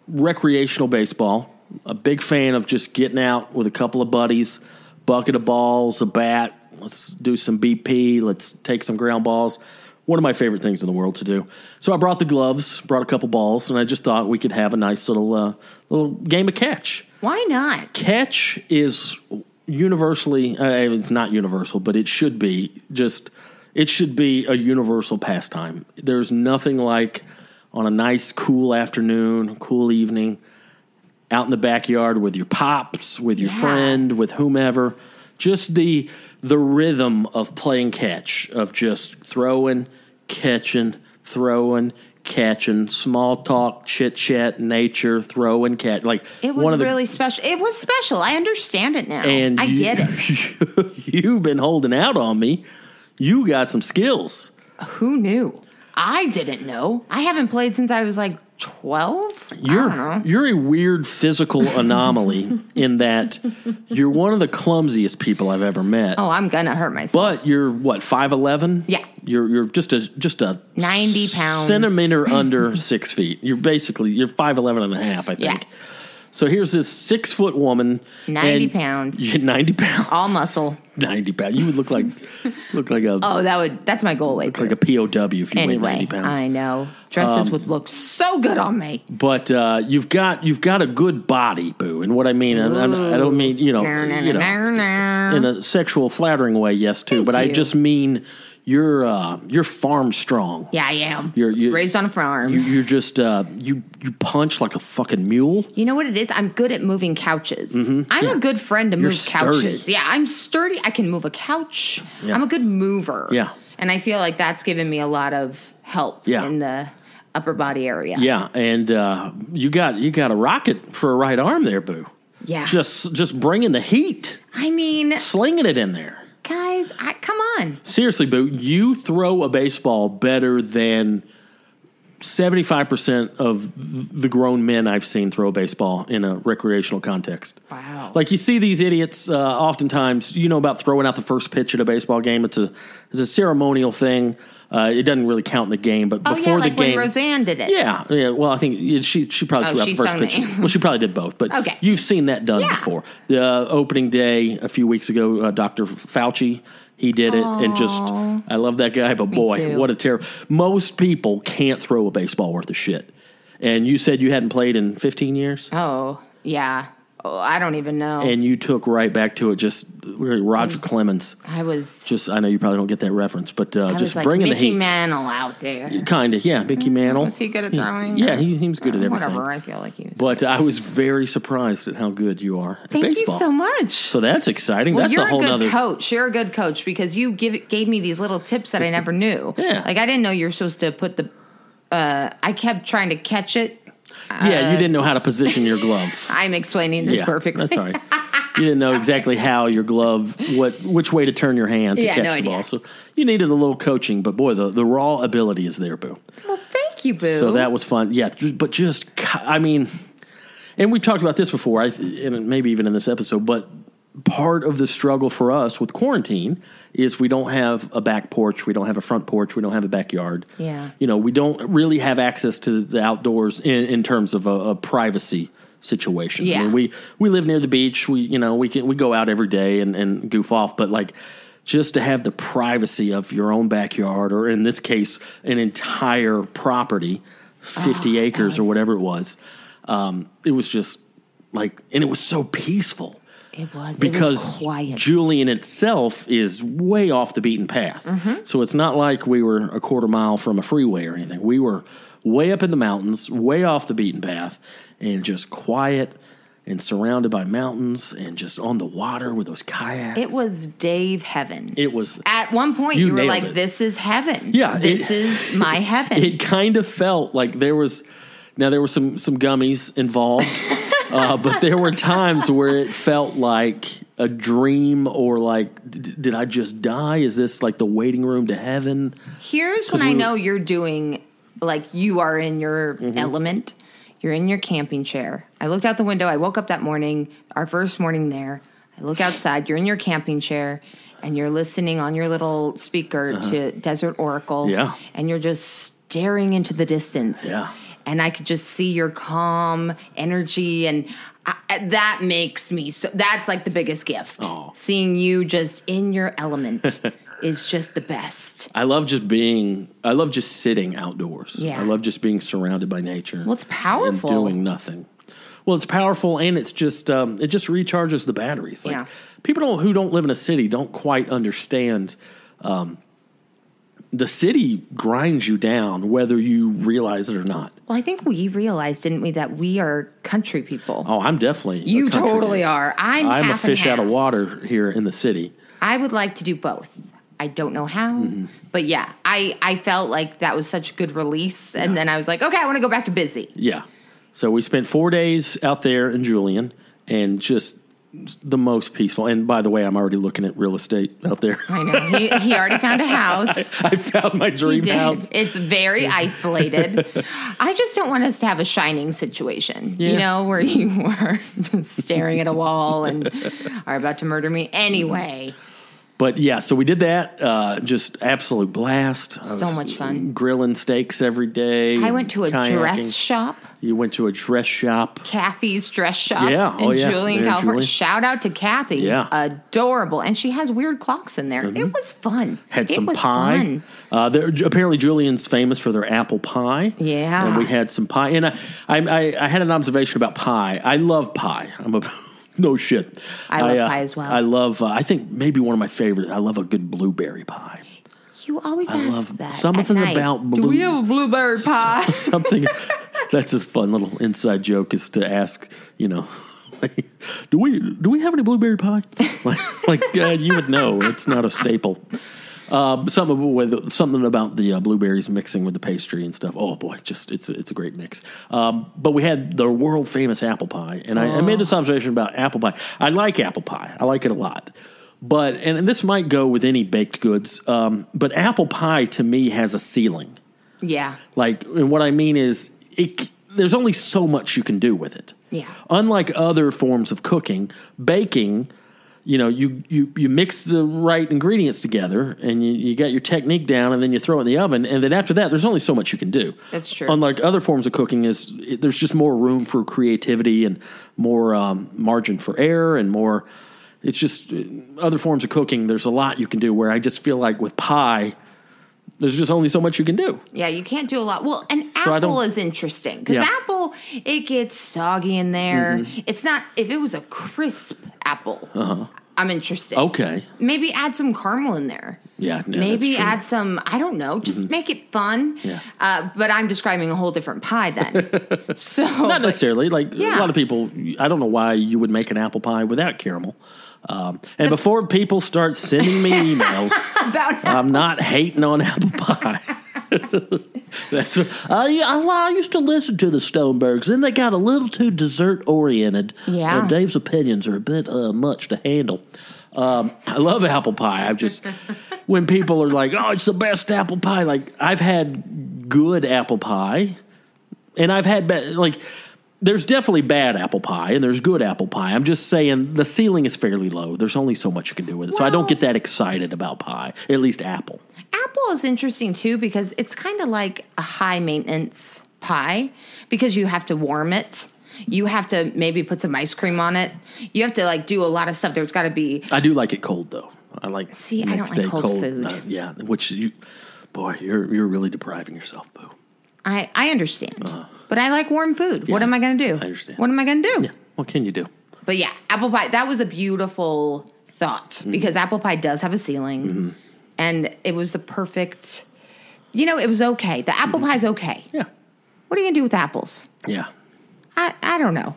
Speaker 1: recreational baseball. A big fan of just getting out with a couple of buddies, bucket of balls, a bat. Let's do some BP. Let's take some ground balls. One of my favorite things in the world to do. So I brought the gloves, brought a couple balls, and I just thought we could have a nice little uh, little game of catch.
Speaker 2: Why not?
Speaker 1: catch is universally uh, it's not universal but it should be just it should be a universal pastime there's nothing like on a nice cool afternoon cool evening out in the backyard with your pops with your
Speaker 2: Yeah.
Speaker 1: friend with whomever just the the rhythm of playing catch of just throwing catching throwing catching small talk chit chat nature throwing catch like
Speaker 2: It
Speaker 1: one
Speaker 2: was
Speaker 1: of the
Speaker 2: really special. It was special. I understand it now.
Speaker 1: and
Speaker 2: Oh, I
Speaker 1: you,
Speaker 2: get it.
Speaker 1: You've been holding out on me. You got some skills.
Speaker 2: Who knew? I didn't know. I haven't played since I was like 12. I don't
Speaker 1: You're
Speaker 2: know.
Speaker 1: you're a weird physical anomaly in that you're one of the clumsiest people I've ever met.
Speaker 2: Oh, I'm going to hurt myself.
Speaker 1: But you're what five eleven?
Speaker 2: Yeah.
Speaker 1: You're you're just a just a
Speaker 2: 90 pounds.
Speaker 1: centimeter under six feet. You're basically you're five eleven and a half, I think.
Speaker 2: Yeah.
Speaker 1: So here's this six foot woman,
Speaker 2: 90
Speaker 1: and-
Speaker 2: pounds.
Speaker 1: Yeah, ninety pounds,
Speaker 2: All muscle.
Speaker 1: ninety pounds. You would look like look like a
Speaker 2: Oh, that would that's my goal later.
Speaker 1: like a POW if you weighed
Speaker 2: anyway,
Speaker 1: ninety pounds. Um,
Speaker 2: I know. Dresses would look so good on me.
Speaker 1: but uh, you've got you've got a good body, boo. And what I mean, and, and I don't mean you know,
Speaker 2: Nah, nah,
Speaker 1: you
Speaker 2: nah,
Speaker 1: know
Speaker 2: nah, nah.
Speaker 1: in a sexual flattering way, yes, too. but I
Speaker 2: you.
Speaker 1: just mean you're uh, you're farm strong.
Speaker 2: Yeah, I am.
Speaker 1: You're- you-
Speaker 2: raised on a farm.
Speaker 1: You,
Speaker 2: You,
Speaker 1: you're just uh, you you punch like a fucking mule.
Speaker 2: know what it is? I'm good at moving couches. I'm a good friend to move
Speaker 1: Mm-hmm. sturdy.
Speaker 2: couches. Yeah, I'm sturdy. I can move a couch.
Speaker 1: Yeah.
Speaker 2: I'm a good mover.
Speaker 1: Yeah.
Speaker 2: And I feel like that's given me a lot of help
Speaker 1: Yeah.
Speaker 2: in the upper body area.
Speaker 1: Yeah, and uh, you got you got a rocket for a right arm there, boo.
Speaker 2: Yeah.
Speaker 1: Just just bringing the heat,
Speaker 2: I mean,
Speaker 1: slinging it in there.
Speaker 2: guys, I come on.
Speaker 1: Seriously, boo, you throw a baseball better than seventy five percent of the grown men I've seen throw a baseball in a recreational context.
Speaker 2: Wow.
Speaker 1: Like you see these idiots uh, oftentimes, you know about throwing out the first pitch at a baseball game. It's a it's a ceremonial thing. Uh, it doesn't really count in the game, but
Speaker 2: oh yeah,
Speaker 1: before
Speaker 2: like
Speaker 1: the game,
Speaker 2: when Roseanne did it.
Speaker 1: Yeah, yeah. Well, I think yeah, she she probably
Speaker 2: Oh,
Speaker 1: threw out
Speaker 2: she
Speaker 1: the first
Speaker 2: sung the
Speaker 1: pitch.
Speaker 2: anthem.
Speaker 1: well, she probably did both, but
Speaker 2: Okay.
Speaker 1: you've seen that done
Speaker 2: Yeah.
Speaker 1: before. The uh, opening day a few weeks ago, uh, Dr. Fauci he did it, and just I love that guy. But boy,
Speaker 2: too.
Speaker 1: what a terror! Most people can't throw a baseball worth of shit. And you said you hadn't played in 15 years,
Speaker 2: Oh yeah. Oh, I don't even know.
Speaker 1: and you took right back to it. Just really Roger Clemens.
Speaker 2: I was.
Speaker 1: Just I know you probably don't get that reference, but uh,
Speaker 2: I
Speaker 1: just
Speaker 2: was like
Speaker 1: bringing
Speaker 2: Mickey
Speaker 1: the heat.
Speaker 2: Mantle out there.
Speaker 1: Kinda, yeah, Mickey Mantle.
Speaker 2: Was he good at throwing? Uh,
Speaker 1: Yeah, he, he was good at everything.
Speaker 2: Whatever. I feel like he was.
Speaker 1: But I was very surprised at how good you are at
Speaker 2: Thank
Speaker 1: baseball.
Speaker 2: you so much.
Speaker 1: So that's exciting.
Speaker 2: Well,
Speaker 1: that's
Speaker 2: you're
Speaker 1: a
Speaker 2: a,
Speaker 1: whole
Speaker 2: good
Speaker 1: nother.
Speaker 2: coach. You're a good coach because you give gave me these little tips that I never knew.
Speaker 1: Yeah.
Speaker 2: Like I didn't know you were supposed to put the. Uh, I kept trying to catch it.
Speaker 1: yeah, you didn't know how to position your glove.
Speaker 2: I'm explaining this
Speaker 1: yeah,
Speaker 2: perfectly.
Speaker 1: That's all right. You didn't know exactly how your glove, what which way to turn your hand to
Speaker 2: Yeah,
Speaker 1: catch
Speaker 2: no
Speaker 1: the
Speaker 2: idea.
Speaker 1: ball. So you needed a little coaching, but boy, the, the raw ability is there, boo.
Speaker 2: Well, thank you, Boo.
Speaker 1: So that was fun. Yeah, ju- but just co- I mean, and we talked about this before, I th- and maybe even in this episode. But part of the struggle for us with quarantine is we don't have a back porch, we don't have a front porch, we don't have a backyard.
Speaker 2: Yeah.
Speaker 1: you know, we don't really have access to the outdoors in, in terms of a, a privacy situation. I
Speaker 2: Yeah.
Speaker 1: mean, we we live near the beach. We you know we can we go out every day and, and goof off, but like. Just to have the privacy of your own backyard, or in this case, an entire property, 50 acres or whatever it was. Um, it was just like, and it was so peaceful
Speaker 2: it was
Speaker 1: because
Speaker 2: it was quiet.
Speaker 1: Julian itself is way off the beaten path.
Speaker 2: Mm-hmm.
Speaker 1: So it's not like we were a quarter mile from a freeway or anything. We were way up in the mountains, way off the beaten path, and just quiet and surrounded by mountains and just on the water with those kayaks.
Speaker 2: it was Dave Heaven.
Speaker 1: It was.
Speaker 2: At one point,
Speaker 1: You
Speaker 2: you, were
Speaker 1: nailed
Speaker 2: like,
Speaker 1: it.
Speaker 2: "This is heaven.
Speaker 1: Yeah,
Speaker 2: this
Speaker 1: it-
Speaker 2: is my heaven."
Speaker 1: it kind of felt like there was now there were some some gummies involved uh, but there were times where it felt like a dream or like d- did i just die is this like the waiting room to heaven
Speaker 2: Here's when I know you're doing like you are in your
Speaker 1: Mm-hmm.
Speaker 2: element. You're in your camping chair. I looked out the window. I woke up that morning, our first morning there. I look outside. You're in your camping chair and you're listening on your little speaker to Desert Oracle.
Speaker 1: Uh-huh. Yeah.
Speaker 2: And you're just staring into the distance.
Speaker 1: Yeah.
Speaker 2: And I could just see your calm energy. And I, I- that makes me so that's like the biggest gift.
Speaker 1: Oh.
Speaker 2: Seeing you just in your element is just the best.
Speaker 1: i love just being i love just sitting outdoors
Speaker 2: Yeah.
Speaker 1: i love just being surrounded by nature
Speaker 2: Well, it's powerful.
Speaker 1: and doing nothing well it's powerful and it's just um, it just recharges the batteries like
Speaker 2: Yeah.
Speaker 1: people don't, who don't live in a city don't quite understand um, the city grinds you down whether you realize it or not.
Speaker 2: Well, I think we realized, didn't we, that we are country people.
Speaker 1: Oh, I'm definitely a
Speaker 2: you
Speaker 1: country
Speaker 2: totally
Speaker 1: dude.
Speaker 2: are. I'm,
Speaker 1: I'm
Speaker 2: half
Speaker 1: a fish
Speaker 2: and half.
Speaker 1: out of water here in the city.
Speaker 2: I would like to do both. I don't know how,
Speaker 1: Mm-hmm.
Speaker 2: but yeah, I I felt like that was such a good release, and then I was like, okay, I want to go back to busy.
Speaker 1: Yeah. So we spent 4 days out there in Julian and just the most peaceful. And by the way, I'm already looking at real estate out there.
Speaker 2: I know he he already found a house.
Speaker 1: I found my
Speaker 2: He
Speaker 1: dream
Speaker 2: did.
Speaker 1: house.
Speaker 2: It's very isolated. I just don't want us to have a shining situation, you
Speaker 1: Yeah.
Speaker 2: know, where you are just staring at a wall and are about to murder me. Anyway,
Speaker 1: But yeah, so we did that. Uh, just absolute blast. I
Speaker 2: So
Speaker 1: was
Speaker 2: much fun.
Speaker 1: Grilling steaks every day.
Speaker 2: I went to a
Speaker 1: kayaking.
Speaker 2: dress shop.
Speaker 1: You went to a dress shop.
Speaker 2: Kathy's dress shop
Speaker 1: Yeah.
Speaker 2: in
Speaker 1: Oh, yeah.
Speaker 2: Julian,
Speaker 1: There in
Speaker 2: California.
Speaker 1: Julian.
Speaker 2: Shout out to Kathy.
Speaker 1: Yeah. Mm-hmm.
Speaker 2: Adorable. And she has weird clocks in there. It was fun.
Speaker 1: had
Speaker 2: it
Speaker 1: some
Speaker 2: was
Speaker 1: pie.
Speaker 2: Fun.
Speaker 1: Uh, there, apparently, Julian's famous for their apple pie.
Speaker 2: Yeah.
Speaker 1: and we had some pie. And I, I, I, I had an observation about pie. I love pie. I'm a no shit.
Speaker 2: I love
Speaker 1: uh,
Speaker 2: pie as well.
Speaker 1: I love. Uh, I think maybe one of my favorite. I love a good blueberry pie.
Speaker 2: You always ask
Speaker 1: love
Speaker 2: that.
Speaker 1: something
Speaker 2: at night.
Speaker 1: about
Speaker 2: Do we
Speaker 1: blue-
Speaker 2: have a blueberry pie?
Speaker 1: something that's a fun little inside joke is to ask you know like, do we do we have any blueberry pie like, like uh, you would know it's not a staple uh, something with something about the uh, blueberries mixing with the pastry and stuff. Oh boy, just it's it's a great mix. Um, but we had the world famous apple pie, and I, I made this observation about apple pie. I like apple pie. I like it a lot. But and, and this might go with any baked goods. Um, but apple pie to me has a ceiling.
Speaker 2: yeah.
Speaker 1: Like, and what I mean is, it, c- there's only so much you can do with it.
Speaker 2: Yeah.
Speaker 1: Unlike other forms of cooking, baking, you know, you you you mix the right ingredients together, and you, you got your technique down, and then you throw it in the oven, and then after that, there's only so much you can do.
Speaker 2: That's true.
Speaker 1: Unlike other forms of cooking, is it, there's just more room for creativity and more um, margin for error and more. It's just uh, other forms of cooking. There's a lot you can do. Where I just feel like with pie, there's just only so much you can do.
Speaker 2: Yeah, you can't do a lot. Well, an
Speaker 1: I
Speaker 2: apple
Speaker 1: don't-
Speaker 2: is interesting because
Speaker 1: Yeah. Mm-hmm.
Speaker 2: apple it gets soggy in there. It's not if it was a crisp apple. I'm interested.
Speaker 1: Uh-huh. Okay.
Speaker 2: Maybe add some caramel in there.
Speaker 1: Yeah, yeah, that's
Speaker 2: Maybe
Speaker 1: true. Mm-hmm.
Speaker 2: add some. I don't know. Just make it fun.
Speaker 1: Yeah.
Speaker 2: Uh, but I'm describing a whole different pie then. so
Speaker 1: Not necessarily. Like
Speaker 2: Yeah.
Speaker 1: a lot of people, I don't know why you would make an apple pie without caramel. Um, and before people start sending me emails,
Speaker 2: about
Speaker 1: I'm not hating on apple pie. That's what, I, I, I used to listen to the Stonebergs, and they got a little too dessert oriented.
Speaker 2: Yeah.
Speaker 1: Uh, Dave's opinions are a bit uh, much to handle. Um, I love apple pie. I've just when people are like, "Oh, it's the best apple pie." Like I've had good apple pie, and I've had bad like. There's definitely bad apple pie and there's good apple pie. I'm just saying the ceiling is fairly low. There's only so much you can do with it. so I
Speaker 2: Well-
Speaker 1: don't get that excited about pie, at least apple.
Speaker 2: Apple is interesting too because it's kind of like a high maintenance pie because you have to warm it. You have to maybe put some ice cream on it. You have to like do a lot of stuff. There's got to be
Speaker 1: I do like it cold though. I like
Speaker 2: See, I don't like cold food.
Speaker 1: uh, yeah, which you, boy, you're you're really depriving yourself, boo.
Speaker 2: I I understand. but I like warm food. what
Speaker 1: Uh. yeah,
Speaker 2: am I going to do?
Speaker 1: I understand.
Speaker 2: What am I going to do?
Speaker 1: Yeah, what can you do?
Speaker 2: But yeah, apple pie that was a beautiful thought
Speaker 1: Mm-hmm.
Speaker 2: because apple pie does have a ceiling and it was the perfect you know, it was okay. The apple
Speaker 1: Mm-hmm.
Speaker 2: pie's okay.
Speaker 1: Yeah,
Speaker 2: What are you going to do with apples?
Speaker 1: yeah.
Speaker 2: I I don't know.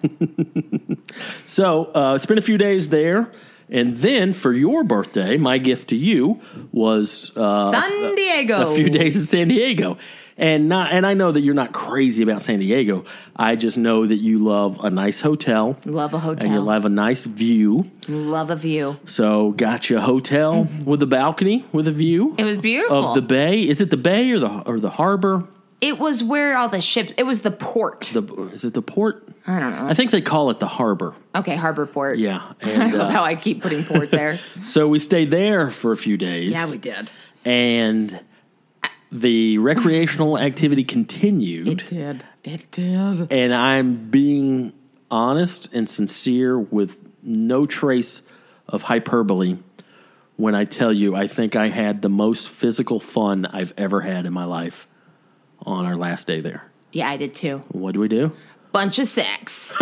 Speaker 1: So uh, spent a few days there, and then for your birthday, my gift to you was uh,
Speaker 2: San Diego.
Speaker 1: a few days in San Diego. And not, and I know that you're not crazy about San Diego. I just know that you love a nice hotel,
Speaker 2: Love a hotel.
Speaker 1: and you love a nice view.
Speaker 2: Love a view.
Speaker 1: So, got you a hotel with a balcony with a view.
Speaker 2: Mm-hmm. It was beautiful.
Speaker 1: of the bay. Is it the bay or the or the harbor?
Speaker 2: it was where all the ships. It was the port.
Speaker 1: The is it the port?
Speaker 2: I don't know.
Speaker 1: I think they call it the harbor.
Speaker 2: okay, harbor port.
Speaker 1: Yeah,
Speaker 2: I
Speaker 1: and
Speaker 2: love how
Speaker 1: uh,
Speaker 2: I keep putting port there.
Speaker 1: so we stayed there for a few days.
Speaker 2: did.
Speaker 1: and the recreational activity continued.
Speaker 2: It did. It did.
Speaker 1: and I'm being honest and sincere with no trace of hyperbole when I tell you I think I had the most physical fun I've ever had in my life on our last day there.
Speaker 2: Yeah, I did too.
Speaker 1: What do we do?
Speaker 2: Bunch of sex.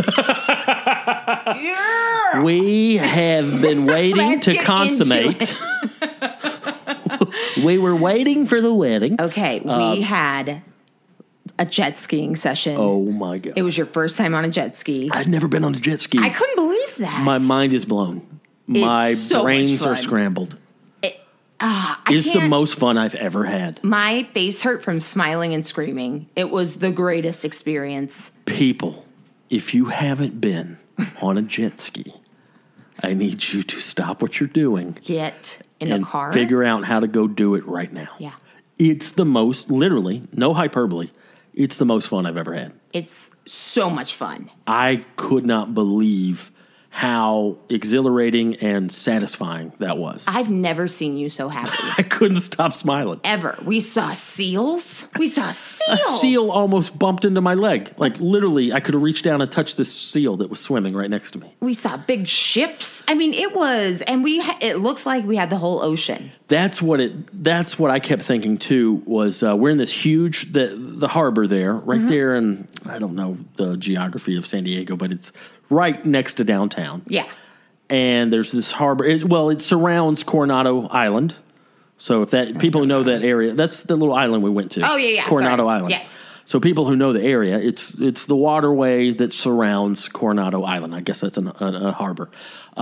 Speaker 1: We have been waiting
Speaker 2: Let's
Speaker 1: to
Speaker 2: get
Speaker 1: consummate.
Speaker 2: into
Speaker 1: we were waiting for the wedding.
Speaker 2: Okay, we had a jet skiing session.
Speaker 1: Um, Oh my god.
Speaker 2: It was your first time on a jet ski.
Speaker 1: I'd never been on a jet ski.
Speaker 2: I couldn't believe that.
Speaker 1: my mind is blown. My
Speaker 2: so much
Speaker 1: brains
Speaker 2: fun. ah,
Speaker 1: are scrambled.
Speaker 2: I
Speaker 1: It's the
Speaker 2: can't-
Speaker 1: most fun I've ever had.
Speaker 2: My face hurt from smiling and screaming. It was the greatest experience.
Speaker 1: People, if you haven't been on a jet ski, I need you to stop what you're doing
Speaker 2: Get in
Speaker 1: and
Speaker 2: a car.
Speaker 1: figure out how to go do it right now.
Speaker 2: Yeah.
Speaker 1: It's the most, literally, no hyperbole, it's the most fun I've ever had.
Speaker 2: It's so much fun.
Speaker 1: I could not believe how exhilarating and satisfying that was. I,
Speaker 2: I've never seen you so happy
Speaker 1: couldn't stop smiling.
Speaker 2: ever. We saw seals. We saw
Speaker 1: A
Speaker 2: seals.
Speaker 1: seal almost bumped into my leg. Like, literally, I could have reached down and touched this seal that was swimming right next to me.
Speaker 2: We saw big ships. I mean, it was, and we. ha- It looked like we had the whole ocean.
Speaker 1: that's what it that's what i kept thinking too was uh, we're in this huge the the harbor there right there and i don't know the geography of san diego but it's right next to downtown
Speaker 2: Yeah,
Speaker 1: and there's this harbor it, well it surrounds coronado island So if that people who know that area, that's the little island we went to.
Speaker 2: Oh, yeah, yeah,
Speaker 1: Coronado
Speaker 2: sorry.
Speaker 1: Island.
Speaker 2: Yes.
Speaker 1: So people who know the area, it's it's the waterway that surrounds Coronado Island. I guess that's an, a, a harbor.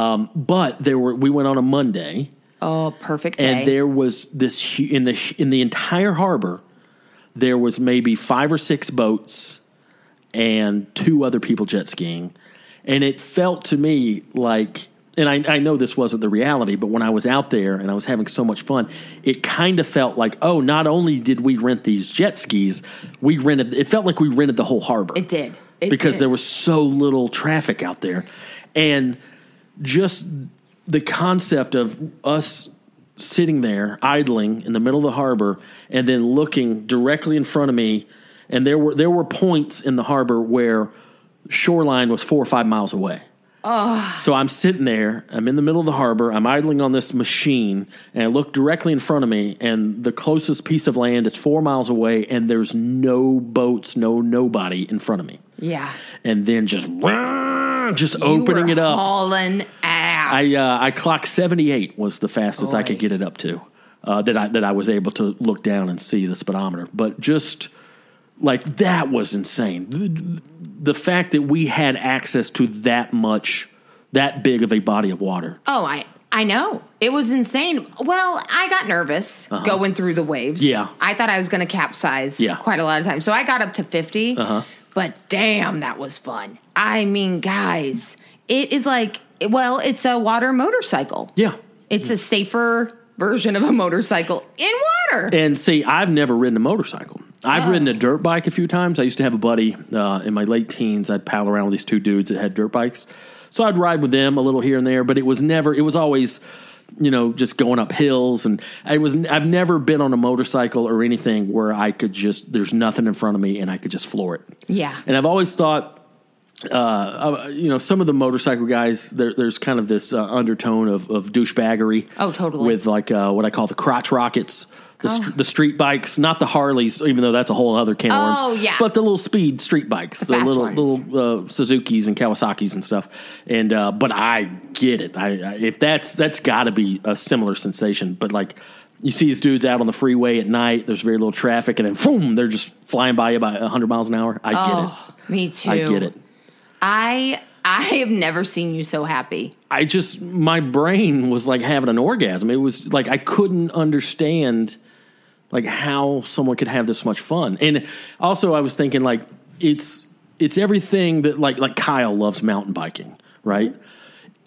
Speaker 1: Um, but there were we went on a Monday,
Speaker 2: Oh, perfect day.
Speaker 1: and there was this hu- in the hu- in the entire harbor, there was maybe five or six boats and two other people jet skiing, and it felt to me like. And I, I know this wasn't the reality, but when I was out there and I was having so much fun, it kind of felt like, oh, not only did we rent these jet skis, we rented. It felt like we rented the whole harbor
Speaker 2: it did. It
Speaker 1: because
Speaker 2: did.
Speaker 1: there was so little traffic out there. And just the concept of us sitting there idling in the middle of the harbor and then looking directly in front of me and there were there were points in the harbor where shoreline was 4 or 5 miles away. So I'm sitting there, I'm in the middle of the harbor, I'm idling on this machine, and I look directly in front of me, and the closest piece of land is four miles away, and there's no boats, no nobody in front of me.
Speaker 2: yeah.
Speaker 1: And then just, just
Speaker 2: You
Speaker 1: opening
Speaker 2: were
Speaker 1: it up.
Speaker 2: Hauling ass.
Speaker 1: I uh, I clocked seventy eight was the fastest I
Speaker 2: Boy.
Speaker 1: could get it up to. Uh, that I that I was able to look down and see the speedometer, but just like that was insane. The, the fact that we had access to that much, that big of a body of water.
Speaker 2: oh, I I know. It was insane. Well, I got nervous going through the waves.
Speaker 1: Uh-huh. Yeah.
Speaker 2: I thought I was going to capsize
Speaker 1: Yeah.
Speaker 2: quite a lot of times. So I got up to 50. Uh-huh. But damn, that was fun. I mean, guys, it is like well, it's a water motorcycle.
Speaker 1: Yeah,
Speaker 2: It's a safer version of a motorcycle in water.
Speaker 1: And see, I've never ridden a motorcycle. I've ridden a dirt bike a few times. I used to have a buddy uh, in my late teens. I'd pal around with these two dudes that had dirt bikes. So I'd ride with them a little here and there, but it was never, it was always, you know, just going up hills. And I was, I've never been on a motorcycle or anything where I could just, there's nothing in front of me and I could just floor it.
Speaker 2: Yeah.
Speaker 1: And I've always thought, uh, uh, you know, some of the motorcycle guys, there, there's kind of this uh, undertone of, of douchebaggery.
Speaker 2: Oh, totally. Oh.
Speaker 1: With like uh, what I call the crotch rockets, the, str- the street bikes, not the Harleys, even though that's a whole other can of
Speaker 2: Oh,
Speaker 1: worms.
Speaker 2: yeah.
Speaker 1: But the little speed street bikes, the
Speaker 2: fast
Speaker 1: little
Speaker 2: ones.
Speaker 1: little uh, Suzuki's and Kawasaki's and stuff. And uh, but I get it. I, I if that's that's got to be a similar sensation. But like. You see these dudes out on the freeway at night. There's very little traffic, and then boom, they're just flying by you by 100 miles an hour. I
Speaker 2: oh, me too.
Speaker 1: get it. I get it.
Speaker 2: I I have never seen you so happy.
Speaker 1: I just my brain was like having an orgasm. It was like I couldn't understand like how someone could have this much fun. And also I was thinking like it's it's everything that like like Kyle loves mountain biking, right?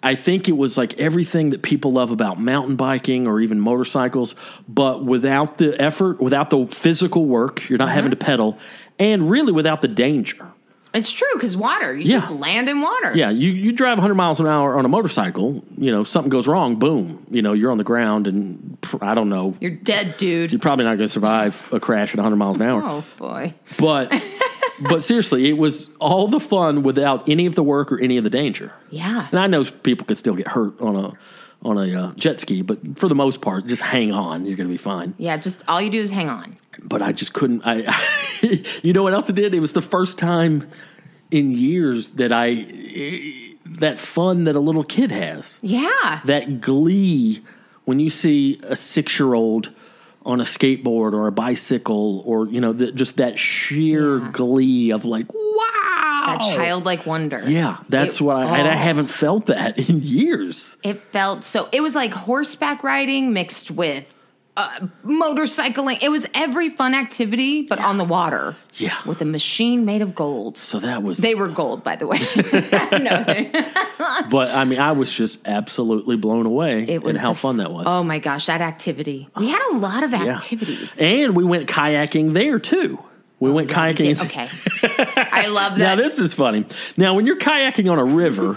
Speaker 1: I think it was like everything that people love about mountain biking or even motorcycles, but without the effort, without the physical work, you're not having to pedal, and really without the danger.
Speaker 2: It's true because water. You
Speaker 1: Yeah.
Speaker 2: just land in water.
Speaker 1: Yeah, you, you drive 100 miles an hour on a motorcycle, you know, something goes wrong, boom, you know, you're on the ground and pr- I don't know,
Speaker 2: You're dead, dude.
Speaker 1: you're probably not going to survive a crash at 100 miles an hour.
Speaker 2: Oh boy.
Speaker 1: But but seriously, it was all the fun without any of the work or any of the danger.
Speaker 2: Yeah.
Speaker 1: And I know people could still get hurt on a on a uh, jet ski, but for the most part, just hang on, you're going to be fine.
Speaker 2: Yeah, just all you do is hang on.
Speaker 1: But I just couldn't I you know what else it did? It was the first time in years that I that fun that a little kid has.
Speaker 2: Yeah.
Speaker 1: that glee when you see a six year old on a skateboard or a bicycle or you know th just that sheer glee of like wow
Speaker 2: That
Speaker 1: Oh.
Speaker 2: childlike wonder.
Speaker 1: yeah that's
Speaker 2: It-
Speaker 1: what I and I
Speaker 2: oh.
Speaker 1: haven't felt that in years
Speaker 2: It felt so. It was like horseback riding mixed with uh, motorcycling. It was every fun activity, but on the water.
Speaker 1: Yeah.
Speaker 2: With a machine made of gold.
Speaker 1: so that was
Speaker 2: They were gold, by the way. no, they-
Speaker 1: but I mean I was just absolutely blown away
Speaker 2: it was
Speaker 1: and how
Speaker 2: the-
Speaker 1: fun that was
Speaker 2: Oh my gosh, that activity. We had a lot of
Speaker 1: Yeah.
Speaker 2: activities.
Speaker 1: and we went kayaking there too
Speaker 2: Oh,
Speaker 1: we went kayaking in-
Speaker 2: Okay. I love
Speaker 1: Now
Speaker 2: that.
Speaker 1: this is funny. Now when you're kayaking on a river,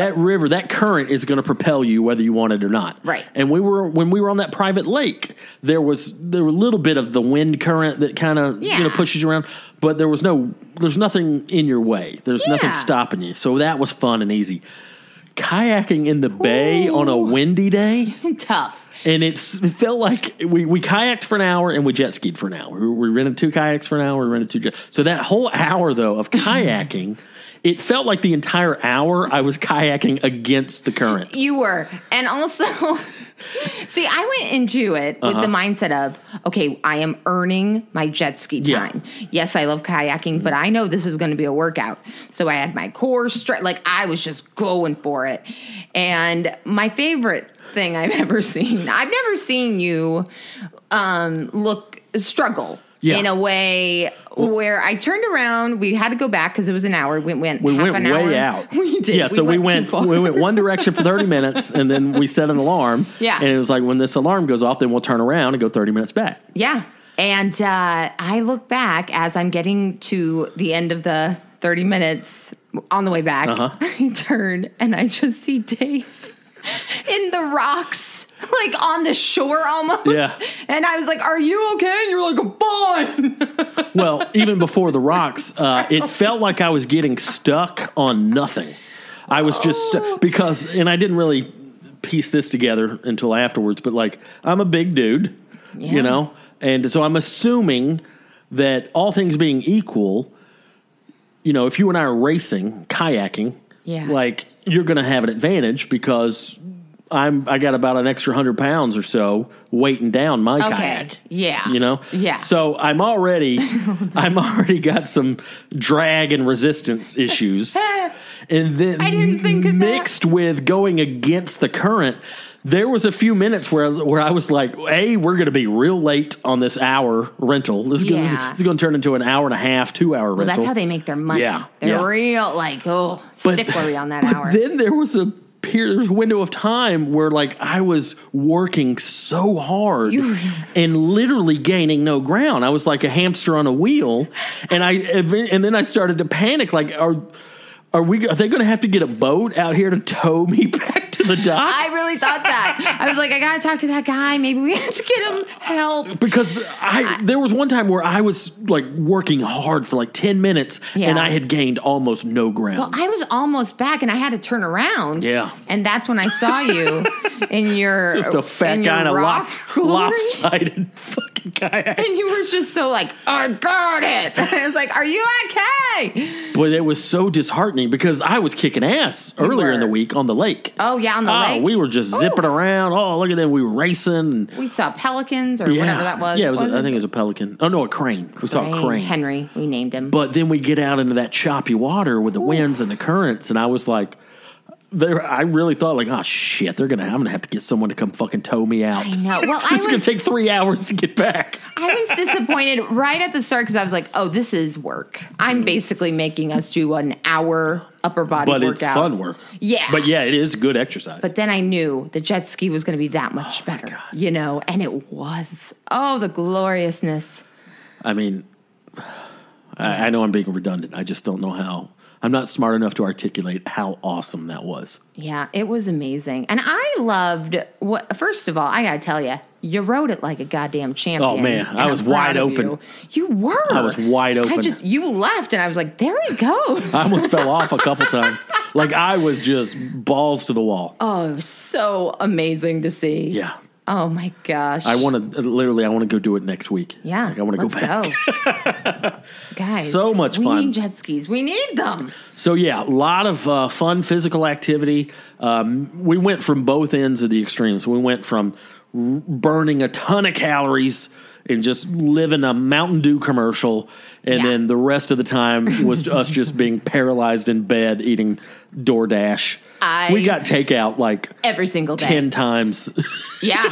Speaker 1: that river, that current is going to propel you whether you want it or not.
Speaker 2: Right.
Speaker 1: And we were when we were on that private lake, there was there were a little bit of the wind current that kind of you know
Speaker 2: Yeah.
Speaker 1: pushes you around, but there was no there's nothing in your way. There's nothing
Speaker 2: Yeah.
Speaker 1: stopping you. So that was fun and easy. Kayaking in the bay on a
Speaker 2: Ooh.
Speaker 1: windy day,
Speaker 2: Tough.
Speaker 1: and it's, it felt like we, we kayaked for an hour and we jet skied for an hour. We, we rented two kayaks for an hour. We rented two jet. So that whole hour though of kayaking, it felt like the entire hour I was kayaking against the current.
Speaker 2: You were. And also, See, I went into it with
Speaker 1: Uh-huh.
Speaker 2: the mindset of, okay, I am earning my jet ski
Speaker 1: Yeah.
Speaker 2: time. Yes, I love kayaking, but I know this is going to be a workout. So I had my core straight, like I was just going for it. And my favorite thing I've ever seen, I've never seen you um, look struggle.
Speaker 1: Yeah.
Speaker 2: In a way where I turned around, we had to go back because it was an hour. We went
Speaker 1: We
Speaker 2: half
Speaker 1: went
Speaker 2: an
Speaker 1: way
Speaker 2: hour.
Speaker 1: out.
Speaker 2: We did.
Speaker 1: Yeah, so we
Speaker 2: went
Speaker 1: went,
Speaker 2: too far.
Speaker 1: we went one direction for 30 minutes and then we set an alarm.
Speaker 2: Yeah.
Speaker 1: And it was like when this alarm goes off, then we'll turn around and go 30 minutes back.
Speaker 2: Yeah. And uh, I look back as I'm getting to the end of the 30 minutes on the way back.
Speaker 1: Uh-huh.
Speaker 2: I turn and I just see Dave in the rocks, like on the shore almost.
Speaker 1: Yeah.
Speaker 2: And I was like, Are you okay? And you're like, I'm fine.
Speaker 1: Well, even before the rocks, uh, it felt like I was getting stuck on nothing. I was just
Speaker 2: Oh.
Speaker 1: stu- because, and I didn't really piece this together until afterwards. But like, I'm a big dude,
Speaker 2: Yeah.
Speaker 1: you know, and so I'm assuming that all things being equal, you know, if you and I are racing kayaking,
Speaker 2: Yeah.
Speaker 1: like you're going to have an advantage because. I'm I got about an extra hundred pounds or so weighting down my
Speaker 2: Okay.
Speaker 1: kayak.
Speaker 2: Yeah.
Speaker 1: you know.
Speaker 2: Yeah.
Speaker 1: So I'm already I'm already got some drag and resistance issues. and then
Speaker 2: I didn't think of that.
Speaker 1: mixed with going against the current, there was a few minutes where where I was like, "Hey, we're going to be real late on this hour rental. This is gonna-
Speaker 2: Yeah.
Speaker 1: this is going to turn into an hour and a half, 2 hour
Speaker 2: Well,
Speaker 1: rental."
Speaker 2: that's how they make their money.
Speaker 1: Yeah,
Speaker 2: They're
Speaker 1: yeah.
Speaker 2: real, like, oh, sticklery on that
Speaker 1: but
Speaker 2: hour.
Speaker 1: Then there was a period, there was a window of time where like I was working so hard
Speaker 2: You-
Speaker 1: and literally gaining no ground. I was like a hamster on a wheel, and I and then I started to panic. Like, are are we? Are they going to have to get a boat out here to tow me back to the dock?
Speaker 2: I really thought that. I was like, I got to talk to that guy. Maybe we have to get him help.
Speaker 1: because I, there was one time where I was like working hard for like ten minutes and
Speaker 2: Yeah.
Speaker 1: I had gained almost no ground.
Speaker 2: Well, I was almost back, and I had to turn around.
Speaker 1: Yeah.
Speaker 2: and that's when I saw you in your
Speaker 1: just a fat
Speaker 2: in
Speaker 1: guy in
Speaker 2: your
Speaker 1: a
Speaker 2: rock
Speaker 1: lop,
Speaker 2: glory.
Speaker 1: lopsided fucking kayak.
Speaker 2: And you were just so like, "Oh, I got it. I was like, Are you okay?
Speaker 1: But it was so disheartening because I was kicking ass
Speaker 2: You
Speaker 1: earlier in the
Speaker 2: were.
Speaker 1: week on the lake.
Speaker 2: Oh yeah, on the lake.
Speaker 1: Ah, we were just zipping
Speaker 2: Ooh.
Speaker 1: around. Oh, look at them. We were racing. and-
Speaker 2: We saw pelicans or
Speaker 1: yeah.
Speaker 2: whatever that was.
Speaker 1: Yeah, it was,
Speaker 2: What
Speaker 1: a- I think it was a pelican. Oh, no, a crane. We saw a crane.
Speaker 2: Henry. We named him.
Speaker 1: But then we get out into that choppy water with the winds and the currents, and I was like, there. I really thought like, oh shit, they're gonna. I'm gonna have to get someone to come fucking tow me out.
Speaker 2: I know. Well, I
Speaker 1: it's gonna
Speaker 2: was-
Speaker 1: take three hours to get back.
Speaker 2: I was disappointed right at the start because I was like, "Oh, this is work. I'm basically making us do an hour upper body
Speaker 1: But
Speaker 2: workout."
Speaker 1: it's fun work.
Speaker 2: Yeah.
Speaker 1: But yeah, it is good exercise.
Speaker 2: But then I knew the jet ski was going to be that much
Speaker 1: Oh
Speaker 2: better, you know, and it was. Oh, the gloriousness.
Speaker 1: I mean, I, I know I'm being redundant. I just don't know how. I'm not smart enough to articulate how awesome that was.
Speaker 2: Yeah, it was amazing. And I loved what, first of all, I got to tell you, you rode it like a goddamn champion.
Speaker 1: Oh, man,
Speaker 2: and
Speaker 1: I
Speaker 2: I'm
Speaker 1: was
Speaker 2: proud
Speaker 1: wide
Speaker 2: of
Speaker 1: open.
Speaker 2: You. You were.
Speaker 1: I was wide
Speaker 2: I
Speaker 1: open.
Speaker 2: just, you left, and I was like, there he goes.
Speaker 1: I almost fell off a couple times. Like I was just balls to the wall.
Speaker 2: oh, it was so amazing to see.
Speaker 1: Yeah.
Speaker 2: Oh my gosh.
Speaker 1: I want to literally. I want to go do it next week.
Speaker 2: Yeah.
Speaker 1: like, I want to go
Speaker 2: let's
Speaker 1: back.
Speaker 2: go. Guys,
Speaker 1: So much
Speaker 2: we
Speaker 1: fun.
Speaker 2: need jet skis. We need them.
Speaker 1: So yeah, a lot of uh, fun physical activity. Um, we went from both ends of the extremes. We went from r- burning a ton of calories and just living a Mountain Dew commercial, and
Speaker 2: Yeah.
Speaker 1: then the rest of the time was us just being paralyzed in bed eating DoorDash.
Speaker 2: I-
Speaker 1: we got takeout like
Speaker 2: Every single day.
Speaker 1: ten times.
Speaker 2: Yeah.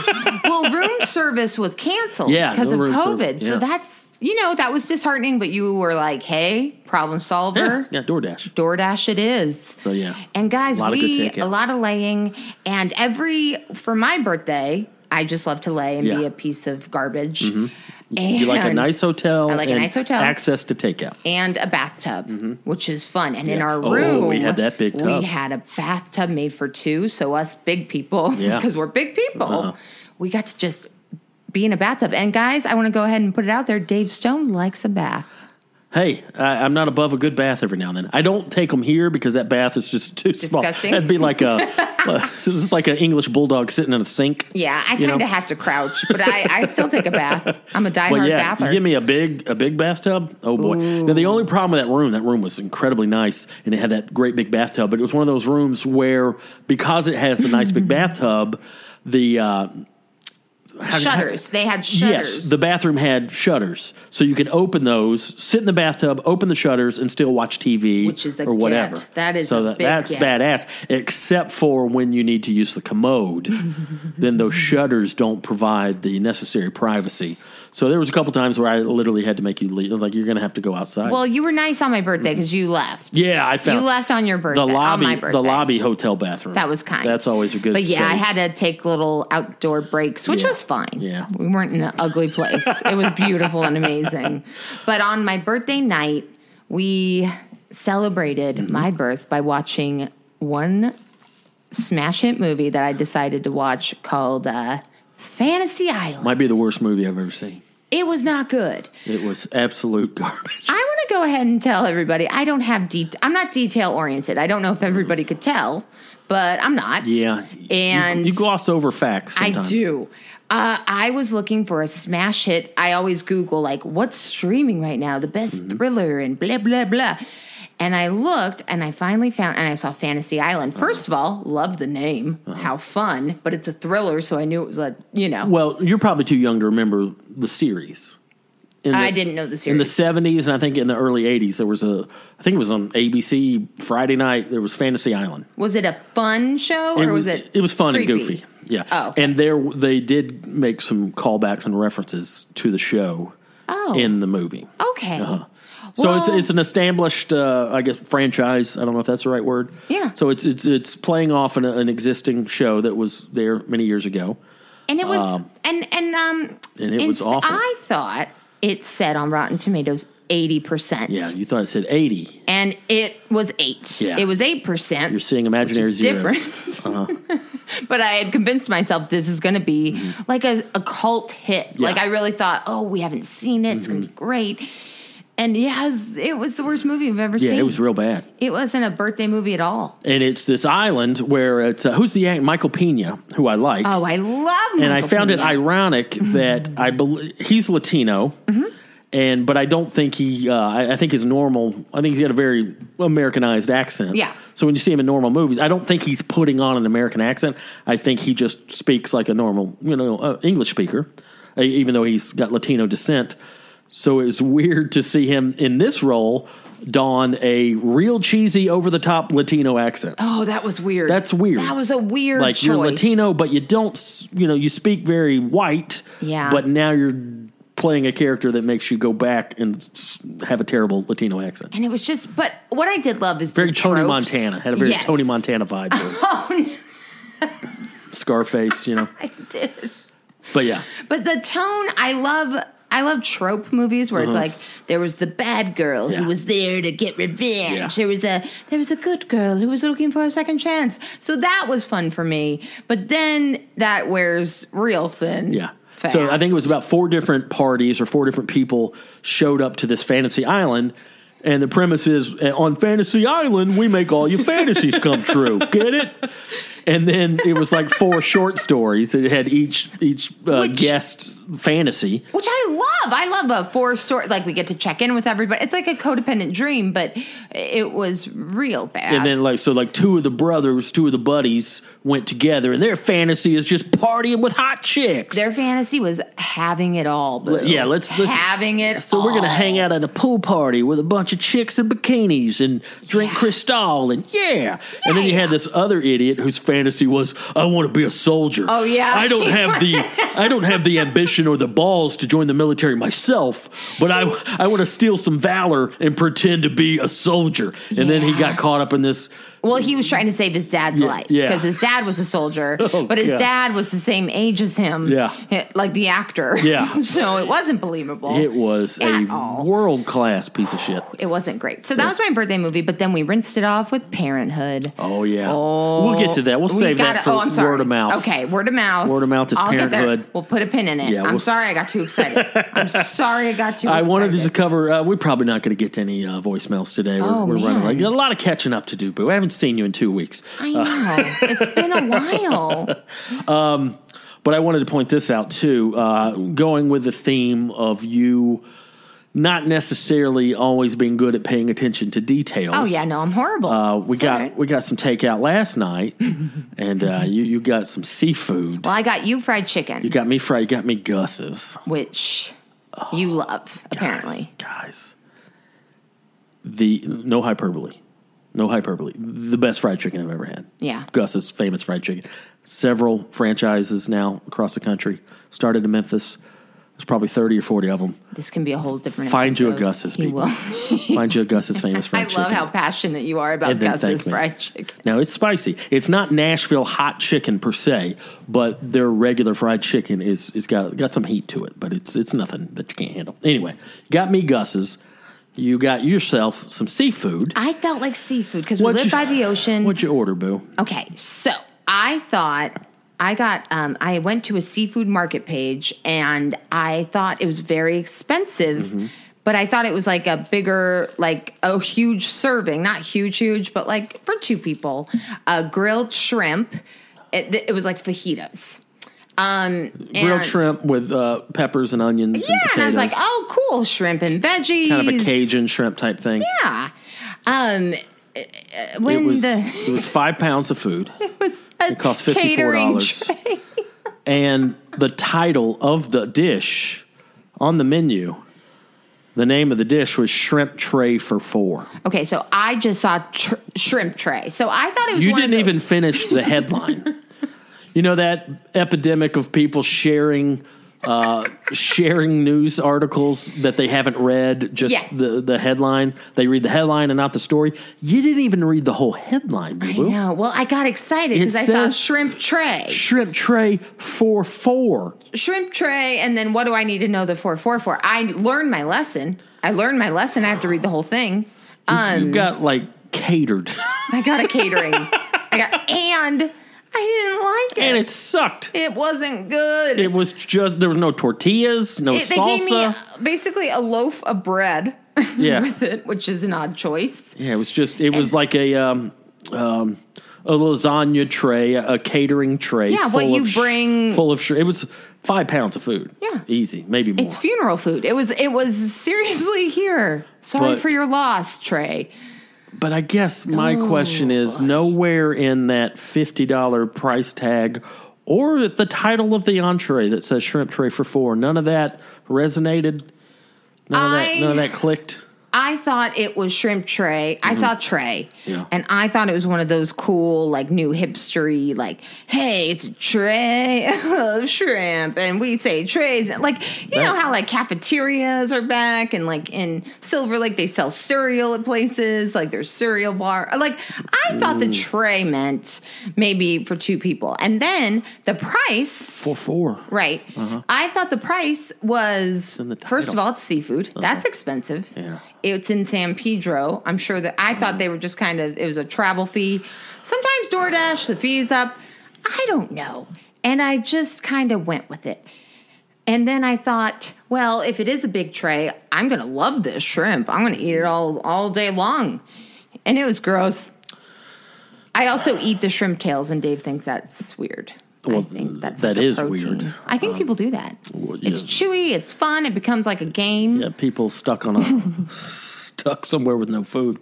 Speaker 2: well, room service was canceled
Speaker 1: Yeah,
Speaker 2: because
Speaker 1: no
Speaker 2: of
Speaker 1: room
Speaker 2: COVID.
Speaker 1: service,
Speaker 2: So
Speaker 1: yeah.
Speaker 2: that's, you know, that was disheartening, but you were like, hey, problem solver.
Speaker 1: yeah, yeah, DoorDash.
Speaker 2: DoorDash it is.
Speaker 1: So yeah,
Speaker 2: And guys,
Speaker 1: Lot of good
Speaker 2: we
Speaker 1: takeout.
Speaker 2: a lot of laying and every for my birthday, I just love to lay and be
Speaker 1: Yeah. Mm-hmm.
Speaker 2: a piece of garbage. And
Speaker 1: you like a nice hotel.
Speaker 2: I like a
Speaker 1: and
Speaker 2: nice hotel.
Speaker 1: Access to takeout.
Speaker 2: and a bathtub, which is fun. And in
Speaker 1: Mm-hmm. Yeah.
Speaker 2: our
Speaker 1: Oh,
Speaker 2: room,
Speaker 1: we had that big tub.
Speaker 2: We had a bathtub made for two, so us big people,
Speaker 1: Yeah.
Speaker 2: because we're big people,
Speaker 1: Uh-huh.
Speaker 2: we got to just be in a bathtub. And guys, I want to go ahead and put it out there: Dave Stone likes a bath.
Speaker 1: Hey, I, I'm not above a good bath every now and then. I don't take them here because that bath is just too small.
Speaker 2: Disgusting.
Speaker 1: That'd be like a, this is like an English bulldog sitting in a sink.
Speaker 2: Yeah, I
Speaker 1: You know?
Speaker 2: kind of have to crouch, but I, I still take a bath. I'm a
Speaker 1: But
Speaker 2: diehard
Speaker 1: yeah,
Speaker 2: bather.
Speaker 1: you give me a big a big bathtub. Oh boy! Now the only problem with that room, that room was incredibly nice, and it had that great big bathtub. But it was one of those rooms where because it has the nice big bathtub, the uh, how-
Speaker 2: Shutters. They had shutters.
Speaker 1: Yes, the bathroom had shutters, so you could open those, sit in the bathtub, open the shutters, and still watch TV
Speaker 2: Which is a
Speaker 1: or whatever.
Speaker 2: get. That is
Speaker 1: so
Speaker 2: a
Speaker 1: that,
Speaker 2: big
Speaker 1: that's
Speaker 2: get.
Speaker 1: badass. Except for when you need to use the commode, then those shutters don't provide the necessary privacy. So there was a couple times where I literally had to make you leave. I was like, "You're going to have to go outside."
Speaker 2: well, you were nice on my birthday because you left.
Speaker 1: yeah, I
Speaker 2: You
Speaker 1: found
Speaker 2: left on your birthday.
Speaker 1: the lobby,
Speaker 2: on my birthday.
Speaker 1: the lobby hotel bathroom.
Speaker 2: That was kind.
Speaker 1: That's always a good.
Speaker 2: But yeah, I
Speaker 1: save.
Speaker 2: had to take little outdoor breaks, which
Speaker 1: Yeah.
Speaker 2: was fine.
Speaker 1: Yeah.
Speaker 2: we weren't in an ugly place. it was beautiful and amazing. But on my birthday night, we celebrated
Speaker 1: Mm-hmm.
Speaker 2: my birth by watching one smash hit movie that I decided to watch called uh, Fantasy Island.
Speaker 1: might be the worst movie I've ever seen.
Speaker 2: it was not good.
Speaker 1: It was absolute garbage.
Speaker 2: I want to go ahead and tell everybody I don't have de- I'm not detail oriented. I don't know if everybody could tell, but I'm not.
Speaker 1: Yeah.
Speaker 2: And-
Speaker 1: you, you gloss over facts sometimes.
Speaker 2: I do. Uh, I was looking for a smash hit. I always Google, like, what's streaming right now? The best
Speaker 1: Mm-hmm.
Speaker 2: thriller and blah, blah, blah. And I looked and I finally found, and I saw Fantasy Island.
Speaker 1: Uh-huh.
Speaker 2: 1st of all, love the name. How fun. But it's a thriller, so I knew it was a, you know,
Speaker 1: Well, you're probably too young to remember the series. In the,
Speaker 2: I didn't know the series.
Speaker 1: In the 70s and I think in the early 80s there was a I think it was on ABC Friday night there was Fantasy Island.
Speaker 2: was it a fun show or was, it?
Speaker 1: It was fun
Speaker 2: creepy?
Speaker 1: and goofy. Yeah.
Speaker 2: Oh, okay.
Speaker 1: And there they did make some callbacks and references to the show
Speaker 2: Oh.
Speaker 1: in the movie.
Speaker 2: Okay.
Speaker 1: uh-huh. So it's
Speaker 2: Well-
Speaker 1: it's an established, uh, I guess, franchise. I don't know if that's the right word.
Speaker 2: Yeah.
Speaker 1: So it's it's it's playing off an, an existing show that was there many years ago.
Speaker 2: And it was and and um
Speaker 1: and it was
Speaker 2: it's-
Speaker 1: awful.
Speaker 2: I thought it said on Rotten Tomatoes 80%.
Speaker 1: Yeah. You thought it said eighty.
Speaker 2: and it was eight.
Speaker 1: Yeah.
Speaker 2: It was eight percent.
Speaker 1: You're Uh-huh. seeing imaginary
Speaker 2: which is
Speaker 1: zeros.
Speaker 2: Different. but I had convinced myself this is going to be
Speaker 1: Mm-hmm.
Speaker 2: like a, a cult hit. Like I really thought, oh, we haven't seen it. It's going to
Speaker 1: Mm-hmm.
Speaker 2: be great. And yes, it was the worst movie I've ever
Speaker 1: Yeah,
Speaker 2: seen.
Speaker 1: it was real bad.
Speaker 2: It wasn't a birthday movie at all.
Speaker 1: And it's this island where it's uh, who's the act- Michael Pena, who I like.
Speaker 2: Oh, I love.
Speaker 1: and I found it ironic that I believe he's Latino, and but I don't think he. Uh, I, I think his normal. I think he's got a very Americanized accent.
Speaker 2: Yeah.
Speaker 1: So when you see him in normal movies, I don't think he's putting on an American accent. I think he just speaks like a normal, you know, uh, English speaker, uh, even though he's got Latino descent. So it was weird to see him in this role don a real cheesy, over the top Latino accent.
Speaker 2: Oh, that was weird.
Speaker 1: That's weird.
Speaker 2: That was a weird.
Speaker 1: Like
Speaker 2: choice.
Speaker 1: you're Latino, but you don't, s- you know, you speak very white.
Speaker 2: Yeah.
Speaker 1: But now you're playing a character that makes you go back and s- have a terrible Latino accent.
Speaker 2: and it was just. But what I did love is
Speaker 1: Very
Speaker 2: the
Speaker 1: Tony
Speaker 2: tropes.
Speaker 1: Montana had a very
Speaker 2: Yes. Oh,
Speaker 1: Tony Montana vibe. To it. Scarface, you know.
Speaker 2: I did.
Speaker 1: But yeah,
Speaker 2: But the tone, I love. I love trope movies where it's like there was the bad girl
Speaker 1: Mm-hmm. Yeah.
Speaker 2: who was there to get revenge.
Speaker 1: Yeah.
Speaker 2: There was a there was a good girl who was looking for a second chance. So that was fun for me. But then that wears real thin.
Speaker 1: yeah. So I think it was about four different parties or four different people showed up to this fantasy island. And the premise is uh, on Fantasy Island, we make all your fantasies come true. Get it? And then it was like four short stories. It had each each uh,
Speaker 2: Which-
Speaker 1: guest fantasy.
Speaker 2: which I love. I love a four sort like we get to check in with everybody. It's like a codependent dream, but it was real bad.
Speaker 1: And then like so like two of the brothers, two of the buddies went together and their fantasy is just partying with hot chicks.
Speaker 2: their fantasy was having it all. Boo.
Speaker 1: yeah, let's- let's-
Speaker 2: having it.
Speaker 1: So we're gonna
Speaker 2: all.
Speaker 1: hang out at a pool party with a bunch of chicks in bikinis and drink Cristal and yeah. And then you had this other idiot whose fantasy was, I want to be a soldier.
Speaker 2: Oh, yeah.
Speaker 1: I don't have the I don't have the ambition or the balls to join the military myself, but I I want to steal some valor and pretend to be a soldier. And then he
Speaker 2: Yeah.
Speaker 1: got caught up in this
Speaker 2: Well, he was trying to save his dad's life
Speaker 1: yeah.
Speaker 2: because his dad was a soldier,
Speaker 1: Oh,
Speaker 2: but his
Speaker 1: God.
Speaker 2: dad was the same age as him. eh,
Speaker 1: Yeah.
Speaker 2: like the actor.
Speaker 1: Yeah.
Speaker 2: so it wasn't believable.
Speaker 1: it was
Speaker 2: at
Speaker 1: a
Speaker 2: all.
Speaker 1: world class piece of shit.
Speaker 2: It wasn't great. So that was my birthday movie, but then we rinsed it off with Parenthood.
Speaker 1: Oh yeah. we'll get to that. We'll
Speaker 2: We
Speaker 1: save that
Speaker 2: gotta-
Speaker 1: for
Speaker 2: oh, I'm sorry.
Speaker 1: word of mouth.
Speaker 2: Okay, word of mouth.
Speaker 1: Word of mouth is
Speaker 2: I'll get there.
Speaker 1: Parenthood.
Speaker 2: We'll put a pin in it.
Speaker 1: Yeah,
Speaker 2: I'm
Speaker 1: we'll-
Speaker 2: sorry I got too excited. I'm sorry I got too
Speaker 1: I
Speaker 2: excited.
Speaker 1: wanted to just cover. Uh, we're probably not going to get to any uh, voicemails today. We're,
Speaker 2: Oh,
Speaker 1: we're running
Speaker 2: man.
Speaker 1: like a lot of catching up to do, but I haven't seen you in two weeks.
Speaker 2: I know. it's been a while.
Speaker 1: But I wanted to point this out too. Uh, going with the theme of you not necessarily always being good at paying attention to details.
Speaker 2: Oh yeah, no, I'm horrible.
Speaker 1: Uh, we
Speaker 2: It's all
Speaker 1: got
Speaker 2: right.
Speaker 1: we got some takeout last night, and uh, you you got some seafood.
Speaker 2: Well, I got you fried chicken,
Speaker 1: You got me fried. You got me Gus's.
Speaker 2: which you
Speaker 1: Oh,
Speaker 2: love apparently.
Speaker 1: guys, guys, the no hyperbole, no hyperbole. The best fried chicken I've ever had.
Speaker 2: Yeah.
Speaker 1: Gus's famous fried chicken. Several franchises now across the country. Started in Memphis. There's probably thirty or forty of them.
Speaker 2: This can be a whole different.
Speaker 1: Find you a
Speaker 2: episode.
Speaker 1: Gus's,
Speaker 2: He
Speaker 1: people.
Speaker 2: will.
Speaker 1: Find you a Gus's famous
Speaker 2: I
Speaker 1: fried chicken.
Speaker 2: love how passionate you are about
Speaker 1: And then
Speaker 2: Gus's
Speaker 1: thank me.
Speaker 2: fried chicken.
Speaker 1: Now it's spicy. It's not Nashville hot chicken per se, but their regular fried chicken is is got got some heat to it, but it's it's nothing that you can't handle. Anyway, got me Gus's. You got yourself some seafood.
Speaker 2: I felt like seafood because we
Speaker 1: What'd
Speaker 2: live
Speaker 1: you-
Speaker 2: by the ocean.
Speaker 1: What'd you order, Boo?
Speaker 2: Okay, so I thought I got um, I went to a seafood market page and I thought it was very expensive,
Speaker 1: Mm-hmm.
Speaker 2: but I thought it was like a bigger, like a huge serving, not huge, huge, but like for two people, a grilled shrimp. It, it was like fajitas. Um,
Speaker 1: Grilled
Speaker 2: and-
Speaker 1: shrimp with uh, peppers and onions.
Speaker 2: Yeah,
Speaker 1: and, potatoes.
Speaker 2: and I was like, oh, cool, shrimp and veggies,
Speaker 1: kind of a Cajun shrimp type thing.
Speaker 2: Yeah. Um, uh, uh, when
Speaker 1: it was
Speaker 2: the
Speaker 1: it was five pounds of food.
Speaker 2: it
Speaker 1: cost $54. and the title of the dish on the menu, the name of the dish was shrimp tray for four.
Speaker 2: Okay, so I just saw tr- shrimp tray. So I thought it was.
Speaker 1: You
Speaker 2: one
Speaker 1: didn't
Speaker 2: of those-
Speaker 1: even finish the headline. you know that epidemic of people sharing uh, sharing news articles that they haven't read, just
Speaker 2: Yeah.
Speaker 1: the, the headline. They read the headline and not the story. You didn't even read the whole headline, boo boo.
Speaker 2: No, well, I got excited because
Speaker 1: It
Speaker 2: I saw
Speaker 1: says-
Speaker 2: shrimp tray,
Speaker 1: Shrimp tray for four.
Speaker 2: shrimp tray, and then what do I need to know the four four for? I learned my lesson. I learned my lesson. I have to read the whole thing. Um,
Speaker 1: you got like catered,
Speaker 2: I got a catering. I got and I didn't like it.
Speaker 1: and it sucked.
Speaker 2: it wasn't good.
Speaker 1: It was just there was no tortillas, no
Speaker 2: It- they gave me
Speaker 1: salsa.
Speaker 2: uh, basically a loaf of bread
Speaker 1: Yeah.
Speaker 2: with it, which is an odd choice.
Speaker 1: yeah, it was just it was like a um, um, a lasagna tray, a catering tray.
Speaker 2: Yeah, what
Speaker 1: full
Speaker 2: you
Speaker 1: of sh-
Speaker 2: bring-
Speaker 1: full of sh- it was five pounds of food.
Speaker 2: Yeah.
Speaker 1: easy, maybe more.
Speaker 2: It's funeral food. It was. It was seriously here. Sorry
Speaker 1: But-
Speaker 2: for your loss, Trey.
Speaker 1: but I guess my
Speaker 2: Oh,
Speaker 1: question is nowhere in that fifty dollar price tag. Or the title of the entree that says shrimp tray for four. None of that resonated. None of
Speaker 2: I-
Speaker 1: that. None of that clicked.
Speaker 2: I thought it was shrimp tray. I saw tray,
Speaker 1: Mm-hmm. Yeah.
Speaker 2: and I thought it was one of those cool, like new hipstery, like, hey, it's a tray of shrimp, and we say trays, like you know
Speaker 1: That-
Speaker 2: how like cafeterias are back, and like in Silver Lake they sell cereal at places, like there's cereal bar. Like I thought
Speaker 1: Mm.
Speaker 2: the tray meant maybe for two people, and then the price
Speaker 1: For four.
Speaker 2: Right. I thought the price was
Speaker 1: Uh-huh. in the
Speaker 2: first of
Speaker 1: title.
Speaker 2: all, it's seafood. That's expensive.
Speaker 1: Yeah.
Speaker 2: It's in San Pedro. I'm sure that I thought they were just kind of it was a travel fee. Sometimes DoorDash, the fee's up. I don't know. And I just kind of went with it. And then I thought, well, if it is a big tray, I'm gonna love this shrimp. I'm gonna eat it all all day long. And it was gross. I also eat the shrimp tails, and Dave thinks that's weird.
Speaker 1: Well,
Speaker 2: I think that's
Speaker 1: that
Speaker 2: like a
Speaker 1: is
Speaker 2: protein.
Speaker 1: weird.
Speaker 2: I think people do that.
Speaker 1: Um, Well,
Speaker 2: It's
Speaker 1: yeah.
Speaker 2: chewy. It's fun. It becomes like a game.
Speaker 1: Yeah, people stuck on a stuck somewhere with no food.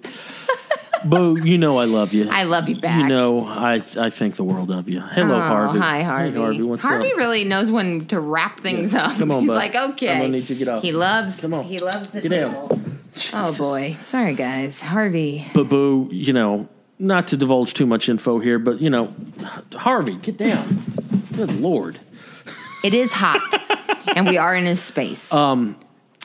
Speaker 1: Bo, you know I love you.
Speaker 2: I love you back.
Speaker 1: You know I I think the world of you. Hello,
Speaker 2: Oh,
Speaker 1: Harvey.
Speaker 2: hi,
Speaker 1: Hey,
Speaker 2: Harvey.
Speaker 1: Harvey, what's
Speaker 2: Harvey
Speaker 1: up?
Speaker 2: really knows when to wrap things up.
Speaker 1: Come on,
Speaker 2: He's
Speaker 1: bud.
Speaker 2: like,
Speaker 1: I'm
Speaker 2: okay.
Speaker 1: gonna need you to get up.
Speaker 2: He loves.
Speaker 1: Come on.
Speaker 2: He loves the
Speaker 1: Get down.
Speaker 2: table. Oh boy. Sorry, guys. Harvey.
Speaker 1: but Boo, you know, not to divulge too much info here, but you know, Harvey, get down. Good lord.
Speaker 2: It is hot, and we are in his space.
Speaker 1: Uh,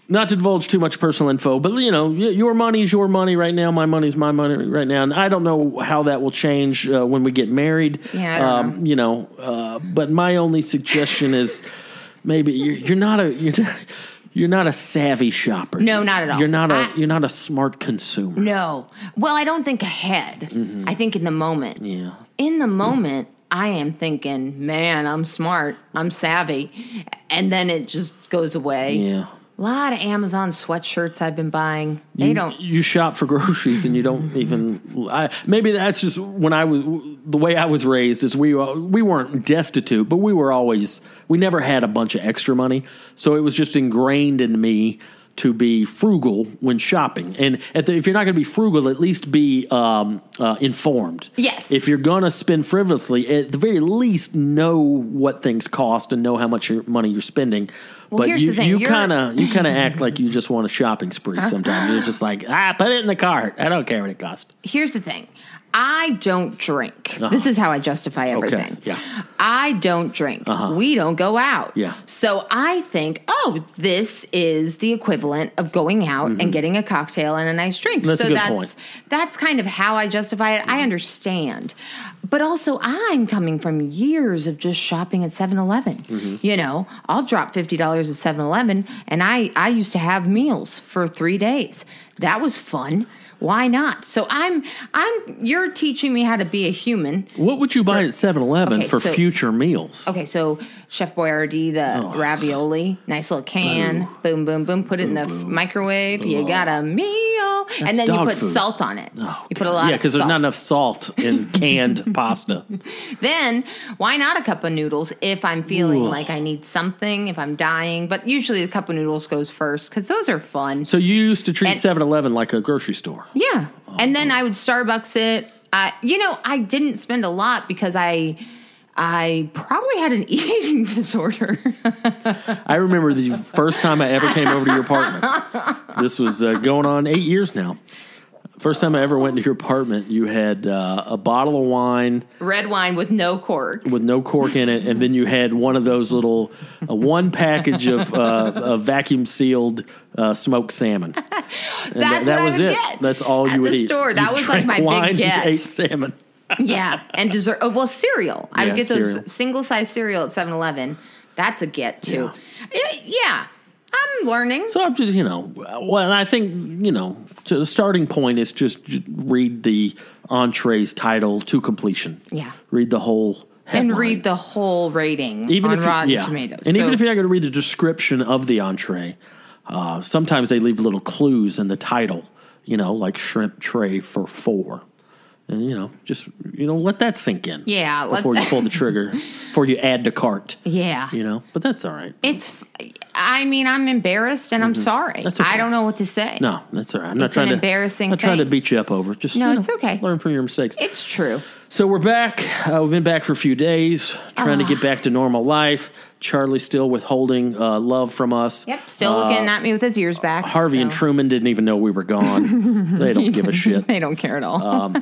Speaker 1: Not to divulge too much personal info, but you know, y- your money's your money right now. My money's my money right now, and I don't know how that will change uh, when we get married. Um,
Speaker 2: Yeah, I don't know.
Speaker 1: you know. Uh, but my only suggestion is maybe you're, you're not a you're not, you're not a savvy shopper.
Speaker 2: No, not at all.
Speaker 1: You're not a
Speaker 2: I-
Speaker 1: you're not a smart consumer.
Speaker 2: no. Well, I don't think ahead. I think in the moment.
Speaker 1: Mm-hmm. Yeah.
Speaker 2: in the moment, I am thinking, man, I'm smart, I'm savvy. And then it just goes away.
Speaker 1: Yeah.
Speaker 2: A lot of Amazon sweatshirts I've been buying. They
Speaker 1: you,
Speaker 2: don't. Mm-hmm.
Speaker 1: You shop for groceries and you don't even. I, maybe that's just when I was the way I was raised is we were- we weren't destitute, but we were always we never had a bunch of extra money, so it was just ingrained in me to be frugal when shopping. And at the, if you're not going to be frugal, at least be um, uh, informed.
Speaker 2: Yes.
Speaker 1: If you're going to spend frivolously, at the very least, know what things cost and know how much your money you're spending.
Speaker 2: Well,
Speaker 1: but
Speaker 2: here's
Speaker 1: you,
Speaker 2: the thing,
Speaker 1: you
Speaker 2: you're- Uh-huh.
Speaker 1: kind of you kind of act like you just want a shopping spree. Sometimes you're just like, ah, put it in the cart. I don't care what it costs.
Speaker 2: Here's the thing. I don't drink. This is how I justify everything.
Speaker 1: Uh-huh. yeah. Uh-huh.
Speaker 2: I don't drink. We don't go out.
Speaker 1: Yeah.
Speaker 2: So I think, oh, this is the equivalent of going out
Speaker 1: Mm-hmm.
Speaker 2: and getting a cocktail and a nice drink.
Speaker 1: That's a
Speaker 2: so
Speaker 1: good
Speaker 2: that's
Speaker 1: point. Mm-hmm.
Speaker 2: that's kind of how I justify it. I understand. But also I'm coming from years of just shopping at 7-Eleven.
Speaker 1: Mm-hmm.
Speaker 2: You know, I'll drop $50 at 7-Eleven and I I used to have meals for 3 days. That was fun. Why not? So I'm I'm you're teaching me how to be a human.
Speaker 1: What would you buy at 7-Eleven
Speaker 2: Okay,
Speaker 1: for
Speaker 2: so- Oh,
Speaker 1: future meals?
Speaker 2: Okay, so Chef Boyardee, the
Speaker 1: Oh.
Speaker 2: ravioli, nice little can, boom, boom, boom, put it in the f microwave. You got a meal, and then you
Speaker 1: dog
Speaker 2: put
Speaker 1: food.
Speaker 2: salt on it.
Speaker 1: Oh,
Speaker 2: you put a
Speaker 1: God.
Speaker 2: lot,
Speaker 1: yeah,
Speaker 2: of salt.
Speaker 1: because there's not enough salt in canned pasta.
Speaker 2: Then why not a cup of noodles if I'm feeling like I need something, if I'm dying? But usually the cup of noodles goes first because those are fun.
Speaker 1: So you used to treat
Speaker 2: And-
Speaker 1: 7-Eleven like a grocery store.
Speaker 2: Yeah. and then I would Starbucks it. I, you know, I didn't spend a lot because I, I probably had an eating disorder.
Speaker 1: I remember the first time I ever came over to your apartment. This was uh, going on eight years now. First time I ever went to your apartment, you had uh, a bottle of wine
Speaker 2: Red wine with no cork.
Speaker 1: with no cork in it, and then you had one of those little, uh, one package of uh, uh, vacuum sealed uh, smoked salmon. And
Speaker 2: That's what
Speaker 1: that
Speaker 2: I
Speaker 1: was
Speaker 2: would
Speaker 1: it.
Speaker 2: get
Speaker 1: That's all
Speaker 2: at
Speaker 1: you would
Speaker 2: the
Speaker 1: eat.
Speaker 2: store.
Speaker 1: You
Speaker 2: That was like
Speaker 1: drank
Speaker 2: my big
Speaker 1: wine, you
Speaker 2: get.
Speaker 1: Ate salmon.
Speaker 2: yeah, and dessert. Oh, well, cereal. I
Speaker 1: Yeah,
Speaker 2: would get those
Speaker 1: cereal.
Speaker 2: single size cereal at 7 Eleven. That's a get, too. Eh, Yeah. I'm learning.
Speaker 1: So I'm just, you know, well, and I think, you know, to the starting point is just j- read the entree's title to completion.
Speaker 2: Yeah.
Speaker 1: Read the whole headline.
Speaker 2: and read the whole rating
Speaker 1: even
Speaker 2: on
Speaker 1: if you-
Speaker 2: Rotten
Speaker 1: yeah.
Speaker 2: Tomatoes.
Speaker 1: And even
Speaker 2: So-
Speaker 1: if you're not going to read the description of the entree, uh, sometimes they leave little clues in the title, you know, like shrimp tray for four. And, you know, just, you know, let that sink in.
Speaker 2: Yeah, let
Speaker 1: Before you
Speaker 2: that-
Speaker 1: pull the trigger, before you add to cart.
Speaker 2: yeah,
Speaker 1: You know, but that's all right.
Speaker 2: it's. f- I mean, I'm embarrassed and I'm sorry.
Speaker 1: Mm-hmm. That's okay.
Speaker 2: I don't know what to say.
Speaker 1: No, that's all right. I'm not
Speaker 2: It's an
Speaker 1: trying to
Speaker 2: embarrassing
Speaker 1: I'm not trying to
Speaker 2: thing.
Speaker 1: beat you up over. it. Just
Speaker 2: No,
Speaker 1: you know,
Speaker 2: it's okay.
Speaker 1: Learn from your mistakes.
Speaker 2: it's true.
Speaker 1: so we're back. Uh, we've been back for a few days, trying
Speaker 2: Ah.
Speaker 1: to get back to normal life. Charlie still withholding uh, love from us.
Speaker 2: Yep, still looking at me with his ears back.
Speaker 1: Uh, Harvey and
Speaker 2: so
Speaker 1: Truman didn't even know we were gone. they don't give a shit.
Speaker 2: They don't care at all.
Speaker 1: Uh,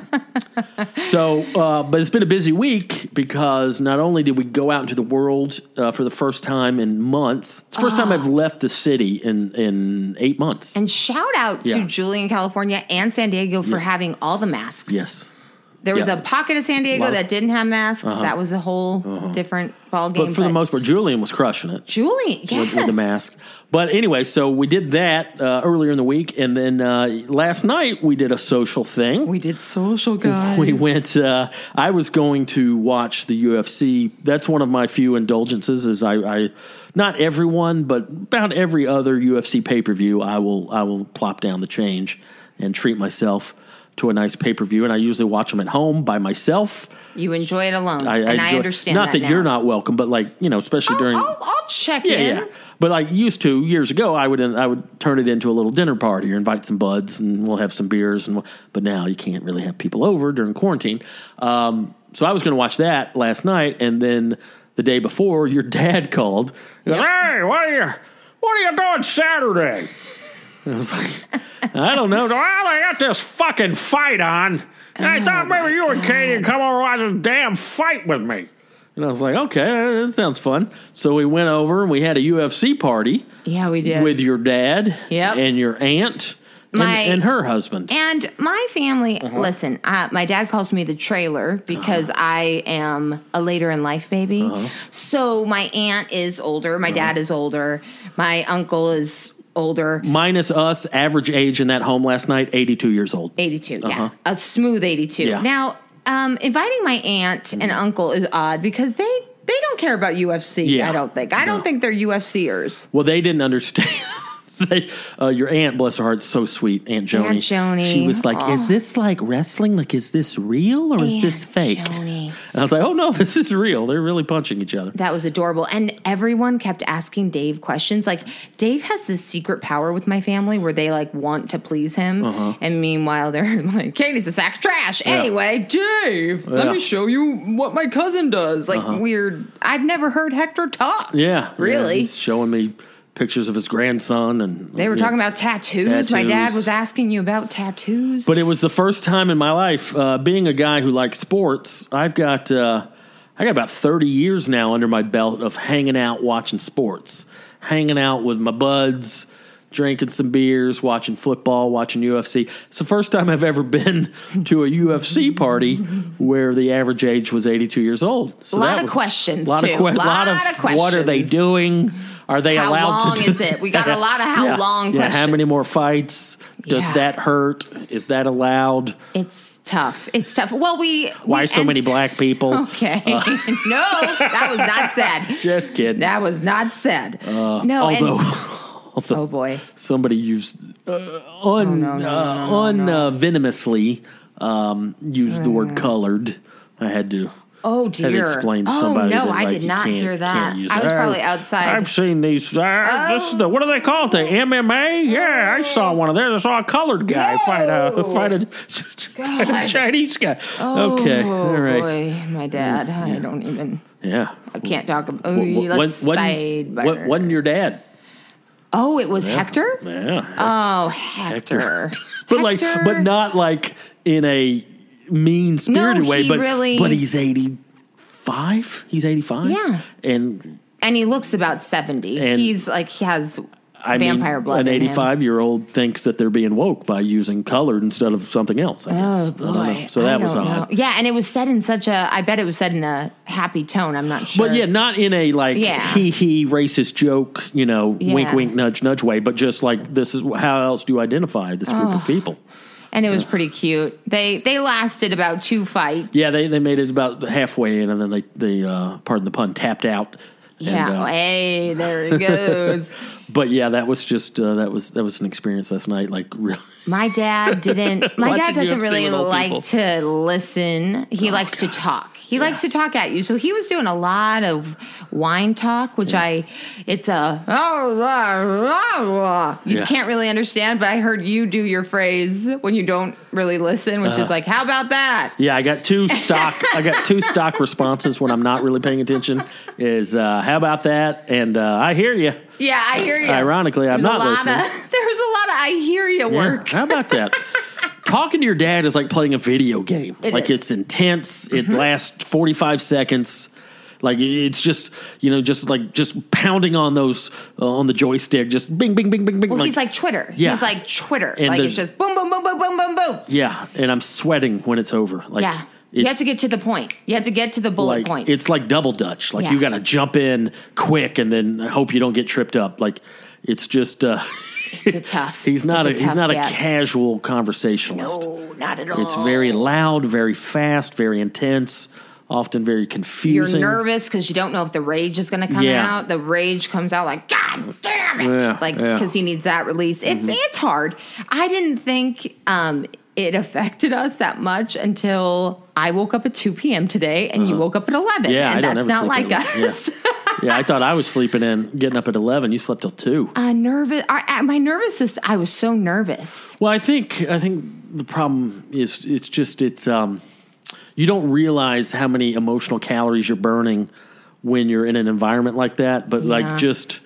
Speaker 1: So, uh, but it's been a busy week because not only did we go out into the world uh, for the first time in months. It's the first time I've left the city in in eight months.
Speaker 2: Ah. and shout out
Speaker 1: Yeah.
Speaker 2: to Julian, California, and San Diego for having all the masks.
Speaker 1: yes.
Speaker 2: There was
Speaker 1: Yeah.
Speaker 2: a pocket of San Diego
Speaker 1: Wow.
Speaker 2: that didn't have masks. That was a whole different ball game.
Speaker 1: Uh-huh. But for the most part, Julian was crushing it.
Speaker 2: Julian, yes.
Speaker 1: with, with the mask. But anyway, so we did that uh, earlier in the week, and then uh, last night we did a social thing. We,
Speaker 2: We did social guys.
Speaker 1: went. Uh, I was going to watch the UFC. That's one of my few indulgences. Is I, I not everyone, but about every other UFC pay per view, I will I will plop down the change and treat myself to a nice pay per view, and I usually watch them at home by myself.
Speaker 2: You enjoy it alone,
Speaker 1: I,
Speaker 2: and I,
Speaker 1: enjoy-
Speaker 2: understand.
Speaker 1: Not that,
Speaker 2: now. Oh,
Speaker 1: you're not welcome, but like you know, especially during
Speaker 2: I'll, I'll check
Speaker 1: yeah,
Speaker 2: in.
Speaker 1: yeah. But like used to years ago, I would I would turn it into a little dinner party or invite some buds and we'll have some beers and. we'll- But now you can't really have people over during quarantine. Um, so I was going to watch that last night, and then the day before, your dad called. He goes,
Speaker 3: Hey, what are you? What are you doing Saturday?
Speaker 1: I was like, I don't know.
Speaker 3: Well, I got this fucking fight on. And
Speaker 2: Oh,
Speaker 3: I thought maybe you and Katie would come over and watch a damn fight with me.
Speaker 1: And I was like, okay, that sounds fun. So we went over and we had a UFC party
Speaker 2: Yeah, we did.
Speaker 1: with your dad
Speaker 2: Yep.
Speaker 1: and your aunt and,
Speaker 2: My-
Speaker 1: and her husband.
Speaker 2: and my family,
Speaker 1: Mm-hmm.
Speaker 2: listen, uh, my dad calls me the trailer because
Speaker 1: Uh-huh.
Speaker 2: I am a later in life baby. So my aunt is older, my
Speaker 1: Uh-huh.
Speaker 2: dad is older, my uncle is older.
Speaker 1: Minus us, average age in that home last night, 82 years old.
Speaker 2: 82 yeah a smooth 82
Speaker 1: Uh-huh. Yeah. Mm-hmm.
Speaker 2: now um, inviting my aunt and uncle is odd because they they don't care about ufc
Speaker 1: Yeah.
Speaker 2: i don't think i
Speaker 1: No.
Speaker 2: don't think they're ufcers
Speaker 1: Well, they didn't understand. they, uh, your aunt, bless her heart, so sweet, Aunt Joni.
Speaker 2: Aunt Joni. Oh.
Speaker 1: She was like, "Is this like wrestling? Like, is this real or is this
Speaker 2: Aunt
Speaker 1: fake?"
Speaker 2: Joni.
Speaker 1: And I was like, oh no, this is real. They're really punching each other.
Speaker 2: That was adorable. And everyone kept asking Dave questions. Like, Dave has this secret power with my family where they like want to please him.
Speaker 1: Uh-huh.
Speaker 2: And meanwhile, they're like, Katie's a sack of trash. Anyway, Dave, let
Speaker 1: Yeah. Uh-huh.
Speaker 2: me show you what my cousin does. Like, weird. I've never heard Hector talk.
Speaker 1: Yeah.
Speaker 2: Really?
Speaker 1: Yeah, he's showing me pictures of his grandson and
Speaker 2: They were
Speaker 1: yeah.
Speaker 2: talking about tattoos. My dad
Speaker 1: Tattoos.
Speaker 2: was asking you about tattoos.
Speaker 1: But it was the first time in my life, uh, being a guy who likes sports, I've got uh, I got about thirty years now under my belt of hanging out, watching sports, hanging out with my buds, drinking some beers, watching football, watching UFC. It's the first time I've ever been to a UFC party where the average age was eighty-two years old. So
Speaker 2: A lot
Speaker 1: that
Speaker 2: of
Speaker 1: was-
Speaker 2: questions,
Speaker 1: lot
Speaker 2: too.
Speaker 1: of que- lot
Speaker 2: Lot
Speaker 1: of,
Speaker 2: of
Speaker 1: What are they
Speaker 2: questions.
Speaker 1: doing? Are they
Speaker 2: how
Speaker 1: allowed
Speaker 2: long
Speaker 1: to? do-
Speaker 2: is it? We got a lot of how
Speaker 1: yeah.
Speaker 2: long
Speaker 1: Yeah,
Speaker 2: questions.
Speaker 1: how many more fights? Does
Speaker 2: Yeah.
Speaker 1: that hurt? Is that allowed?
Speaker 2: It's tough. It's tough. Well, we.
Speaker 1: Why
Speaker 2: we
Speaker 1: so
Speaker 2: end-
Speaker 1: many black people?
Speaker 2: Okay. no, that was not said.
Speaker 1: Just kidding.
Speaker 2: That was not said. no, and-
Speaker 1: Although
Speaker 2: oh boy, Oh,
Speaker 1: somebody used uh, un
Speaker 2: no, Mm. no,
Speaker 1: uh, un uh, venomously um, used the word colored. I had to.
Speaker 2: oh
Speaker 1: Had to
Speaker 2: dear.
Speaker 1: explain to
Speaker 2: oh
Speaker 1: somebody
Speaker 2: no,
Speaker 1: that,
Speaker 2: I
Speaker 1: like,
Speaker 2: did
Speaker 1: you
Speaker 2: not
Speaker 1: can't-
Speaker 2: hear that.
Speaker 1: can't use
Speaker 2: I
Speaker 1: it. Oh,
Speaker 2: was probably
Speaker 3: I've
Speaker 2: outside. Oh.
Speaker 3: seen these. Uh, This is the what do they call it? The MMA? Yeah, I saw one of theirs. I saw a colored guy fight a fight a, fight a Chinese guy.
Speaker 1: okay,
Speaker 2: Oh
Speaker 1: all right,
Speaker 2: boy, my dad. I don't even.
Speaker 1: yeah.
Speaker 2: I can't talk about.
Speaker 1: Wh- wh-
Speaker 2: let's
Speaker 1: wasn't-
Speaker 2: side
Speaker 1: wa- wasn't your dad?
Speaker 2: Oh, it was Hector.
Speaker 1: Yeah,
Speaker 2: Oh, Hector.
Speaker 1: but like,
Speaker 2: Hector-
Speaker 1: but not like in a mean spirited
Speaker 2: No,
Speaker 1: way.
Speaker 2: he
Speaker 1: But
Speaker 2: really-
Speaker 1: but he's eighty five. He's eighty five.
Speaker 2: Yeah.
Speaker 1: and
Speaker 2: And he looks about seventy.
Speaker 1: And-
Speaker 2: He's like he has
Speaker 1: I
Speaker 2: vampire
Speaker 1: mean,
Speaker 2: blood.
Speaker 1: An
Speaker 2: in him.
Speaker 1: eighty-five year old thinks that they're being woke by using colored instead of something else. I guess.
Speaker 2: Oh
Speaker 1: I don't know.
Speaker 2: boy!
Speaker 1: So that
Speaker 2: I
Speaker 1: was
Speaker 2: don't
Speaker 1: odd.
Speaker 2: know. Yeah, and it was said in such a. I bet it was said in a happy tone. I'm not sure.
Speaker 1: But yeah, not in a like
Speaker 2: Yeah.
Speaker 1: he he racist joke, you know, wink
Speaker 2: Yeah.
Speaker 1: wink nudge nudge way, but just like this is how else do you identify this group of people?
Speaker 2: and it was pretty cute. They they lasted about two fights.
Speaker 1: Yeah, they, they made it about halfway in, and then they they uh, pardon the pun tapped out. And,
Speaker 2: Yeah. eh.
Speaker 1: uh,
Speaker 2: hey, there it goes.
Speaker 1: but yeah, that was just uh, that was that was an experience last night. Like really,
Speaker 2: my dad didn't. My dad
Speaker 1: Watching
Speaker 2: doesn't
Speaker 1: UFC
Speaker 2: really
Speaker 1: with old
Speaker 2: like
Speaker 1: people. Oh,
Speaker 2: to listen. He likes to talk. He likes to talk at you. So he was doing a lot of wine talk, which I, it's a oh blah, blah, blah. you
Speaker 1: Yeah.
Speaker 2: can't really understand. But I heard you do your phrase when you don't really listen, which
Speaker 1: Uh-huh.
Speaker 2: is like, how about that?
Speaker 1: yeah, I got two stock I got two stock responses when I'm not really paying attention. Is uh, how about that? And uh, I hear you.
Speaker 2: Yeah, I hear you.
Speaker 1: Ironically, I'm
Speaker 2: There's a
Speaker 1: not
Speaker 2: lot
Speaker 1: listening.
Speaker 2: Of, there was a lot of I hear you
Speaker 1: Yeah,
Speaker 2: work.
Speaker 1: how about that? Talking to your dad is like playing a video game.
Speaker 2: It
Speaker 1: like
Speaker 2: is. Mm-hmm.
Speaker 1: it's intense. It lasts 45 seconds. Like it- it's just you know just like just pounding on those uh, on the joystick. Just bing bing bing bing bing.
Speaker 2: Well, he's like Twitter.
Speaker 1: Yeah.
Speaker 2: He's like Twitter.
Speaker 1: And
Speaker 2: like it's
Speaker 1: there's-
Speaker 2: just boom, boom, boom, boom, boom, boom, boom.
Speaker 1: yeah, and I'm sweating when it's over. Like
Speaker 2: yeah. You
Speaker 1: it's-
Speaker 2: have to get to the point. You have to get to the bullet
Speaker 1: like
Speaker 2: points.
Speaker 1: it's like double dutch. Like
Speaker 2: Yeah.
Speaker 1: you got to jump in quick and then hope you don't get tripped up. Like it's just uh,
Speaker 2: it's a tough.
Speaker 1: he's not a,
Speaker 2: it's
Speaker 1: he's
Speaker 2: tough
Speaker 1: not
Speaker 2: gap.
Speaker 1: a casual conversationalist.
Speaker 2: No, not at all.
Speaker 1: It's very loud, very fast, very intense, often very
Speaker 2: You're
Speaker 1: confusing.
Speaker 2: nervous because you don't know if the rage is going to come
Speaker 1: Yeah.
Speaker 2: out. The rage comes out like God damn it,
Speaker 1: Yeah,
Speaker 2: like
Speaker 1: yeah. Mm-hmm.
Speaker 2: because he needs that release. It's it's hard. I didn't think um, it affected us that much until I woke up at two p.m. today, and you woke up at eleven.
Speaker 1: Uh-huh. Yeah,
Speaker 2: and
Speaker 1: I don't
Speaker 2: that's
Speaker 1: ever
Speaker 2: not
Speaker 1: sleep
Speaker 2: like
Speaker 1: at- yeah.
Speaker 2: us.
Speaker 1: yeah, I thought I was sleeping in, getting up at eleven. You slept till two.
Speaker 2: uh, nervous. I, I- my nervous system. I was so nervous.
Speaker 1: Well, I think I think the problem is it's just it's um, you don't realize how many emotional calories you're burning when you're in an environment like that. But
Speaker 2: Yeah.
Speaker 1: like just.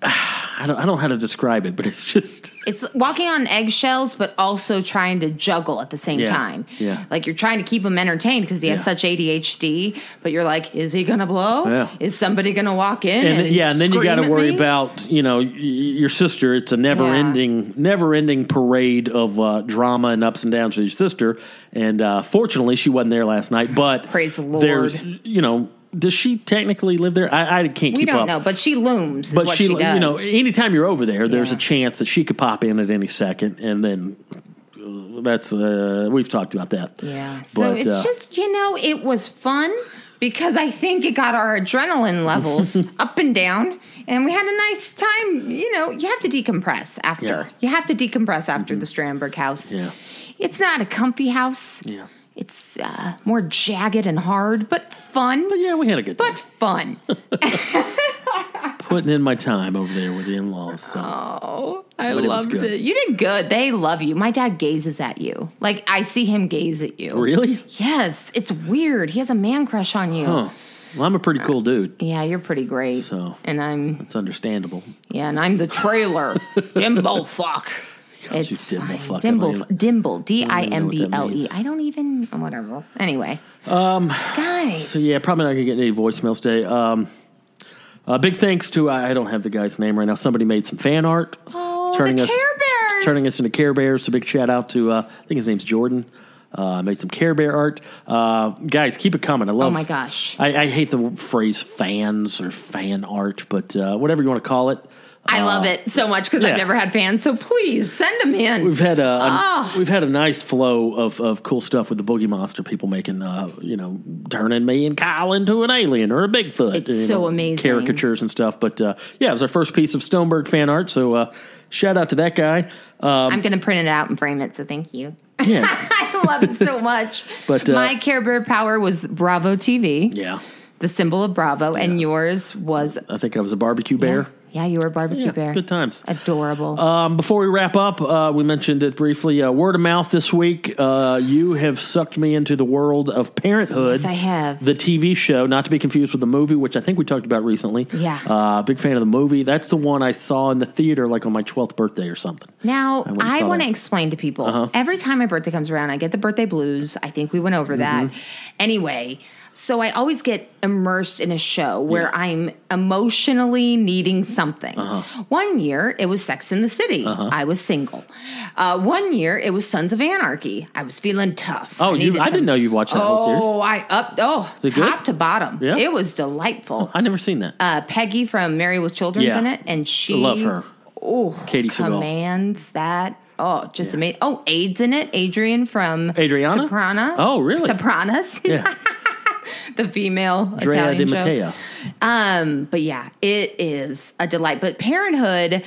Speaker 1: I don't, I don't know how to describe it, but it's just
Speaker 2: It's walking on eggshells, but also trying to juggle at the same
Speaker 1: Yeah,
Speaker 2: time.
Speaker 1: yeah.
Speaker 2: Like you're trying to keep him entertained because he has
Speaker 1: Yeah.
Speaker 2: such ADHD, but you're like, is he going to blow?
Speaker 1: Yeah.
Speaker 2: Is somebody going to walk in?
Speaker 1: and,
Speaker 2: And,
Speaker 1: then- yeah, and then you
Speaker 2: got
Speaker 1: got
Speaker 2: to
Speaker 1: to worry about you know y- y- your sister. It's a never-ending, never-ending parade of uh, drama and ups and downs with your sister. And uh, fortunately, she wasn't there last night. But
Speaker 2: Praise the Lord.
Speaker 1: There's you know, does she technically live there? I, I can't
Speaker 2: We
Speaker 1: keep
Speaker 2: don't
Speaker 1: up.
Speaker 2: know, but she looms. Is
Speaker 1: But
Speaker 2: what
Speaker 1: she,
Speaker 2: she, does.
Speaker 1: you know, anytime you're over there, there's
Speaker 2: Yeah.
Speaker 1: a chance that she could pop in at any second, and then uh, that's uh, we've talked about that.
Speaker 2: Yeah. So
Speaker 1: But,
Speaker 2: it's
Speaker 1: uh,
Speaker 2: just, you know, it was fun because I think it got our adrenaline levels up and down. And we had a nice time. You know, you have to decompress after.
Speaker 1: Yeah. Mm-hmm.
Speaker 2: You have to decompress after the Strandberg house.
Speaker 1: Yeah.
Speaker 2: It's not a comfy house.
Speaker 1: Yeah.
Speaker 2: It's uh, more jagged and hard, but fun.
Speaker 1: Yeah, we had a good time.
Speaker 2: But fun.
Speaker 1: Putting in my time over there with the in laws. So.
Speaker 2: Oh, I
Speaker 1: But it was
Speaker 2: loved
Speaker 1: good.
Speaker 2: it, You did good. They love you. My dad gazes at you. Like I see him gaze at you.
Speaker 1: Really?
Speaker 2: Yes, it's weird. He has a man crush on you.
Speaker 1: Huh. Well, I'm a pretty cool dude.
Speaker 2: Yeah, you're pretty great.
Speaker 1: So.
Speaker 2: and I'm
Speaker 1: It's understandable.
Speaker 2: yeah, and I'm the trailer. Dimble fuck.
Speaker 1: you
Speaker 2: It's
Speaker 1: dimble
Speaker 2: fine.
Speaker 1: fuck, I
Speaker 2: dimble,
Speaker 1: don't
Speaker 2: fu- dimble, D I
Speaker 1: even know
Speaker 2: M
Speaker 1: what
Speaker 2: B
Speaker 1: that
Speaker 2: L E.
Speaker 1: means.
Speaker 2: I don't even whatever. Anyway, um, guys,
Speaker 1: So yeah, probably not gonna get any voicemails today. Um, uh, big thanks to I, I don't have the guy's name right now. Somebody made some fan art,
Speaker 2: Oh, the Care Bears.
Speaker 1: turning us into Care Bears. So big shout out to uh, I think his name's Jordan. Uh, made some Care Bear art. Uh, guys, keep it coming. I love.
Speaker 2: Oh my gosh.
Speaker 1: I, I hate the phrase fans or fan art, but uh, whatever you want to call it.
Speaker 2: I love it so much because
Speaker 1: yeah.
Speaker 2: I've never had fans. So please send them in.
Speaker 1: We've had a, a-
Speaker 2: Ah.
Speaker 1: we've had a nice flow of, of cool stuff with the Boogie Monster people making uh, you know turning me and Kyle into an alien or a Bigfoot.
Speaker 2: It's
Speaker 1: you
Speaker 2: so
Speaker 1: know,
Speaker 2: amazing.
Speaker 1: caricatures and stuff. But uh, yeah, it was our first piece of Stoneberg fan art. So uh, shout out to that guy. Um,
Speaker 2: I'm gonna print it out and frame it. So thank you.
Speaker 1: yeah,
Speaker 2: I love it so much.
Speaker 1: But, uh,
Speaker 2: my Care Bear power was Bravo TV,
Speaker 1: yeah.
Speaker 2: the symbol of Bravo, and yours was
Speaker 1: I think I was a barbecue bear.
Speaker 2: Yeah, you were a barbecue
Speaker 1: Yeah,
Speaker 2: bear.
Speaker 1: good times.
Speaker 2: Adorable.
Speaker 1: Um, before we wrap up, uh, we mentioned it briefly. Uh, word of mouth this week. Uh, you have sucked me into the world of Parenthood.
Speaker 2: Yes, I have.
Speaker 1: The TV show, not to be confused with the movie, which I think we talked about recently.
Speaker 2: Yeah.
Speaker 1: Uh, big fan of the movie. That's the one I saw in the theater, like on my twelfth birthday or something.
Speaker 2: Now,
Speaker 1: went and
Speaker 2: I
Speaker 1: saw
Speaker 2: want
Speaker 1: that.
Speaker 2: to explain to people
Speaker 1: Uh-huh.
Speaker 2: every time my birthday comes around, I get the birthday blues. I think we went over
Speaker 1: Mm-hmm.
Speaker 2: that. Anyway, so I always get immersed in a show where
Speaker 1: Yeah.
Speaker 2: I'm emotionally needing something.
Speaker 1: Uh-huh.
Speaker 2: One year, it was Sex in the City. I was single. Uh, one year, it was Sons of Anarchy. I was feeling tough.
Speaker 1: Oh, you-
Speaker 2: needed
Speaker 1: I didn't know you've watched that
Speaker 2: oh,
Speaker 1: whole series.
Speaker 2: Oh, I up. Oh,
Speaker 1: Is it good?
Speaker 2: top to bottom.
Speaker 1: Yeah? Oh,
Speaker 2: It was delightful.
Speaker 1: I never seen that.
Speaker 2: uh, Peggy from Mary with Children's
Speaker 1: Yeah.
Speaker 2: in it, and she
Speaker 1: Love her.
Speaker 2: Oh,
Speaker 1: Katie Sagal.
Speaker 2: commands that. Oh, just amazing. Oh, AIDS in it. Adrian from
Speaker 1: Adriana?
Speaker 2: Soprana.
Speaker 1: Oh, really?
Speaker 2: Sopranos,
Speaker 1: yeah,
Speaker 2: the female
Speaker 1: Drea Di
Speaker 2: Italian show.
Speaker 1: Matteo.
Speaker 2: Um, but yeah, it is a delight. But Parenthood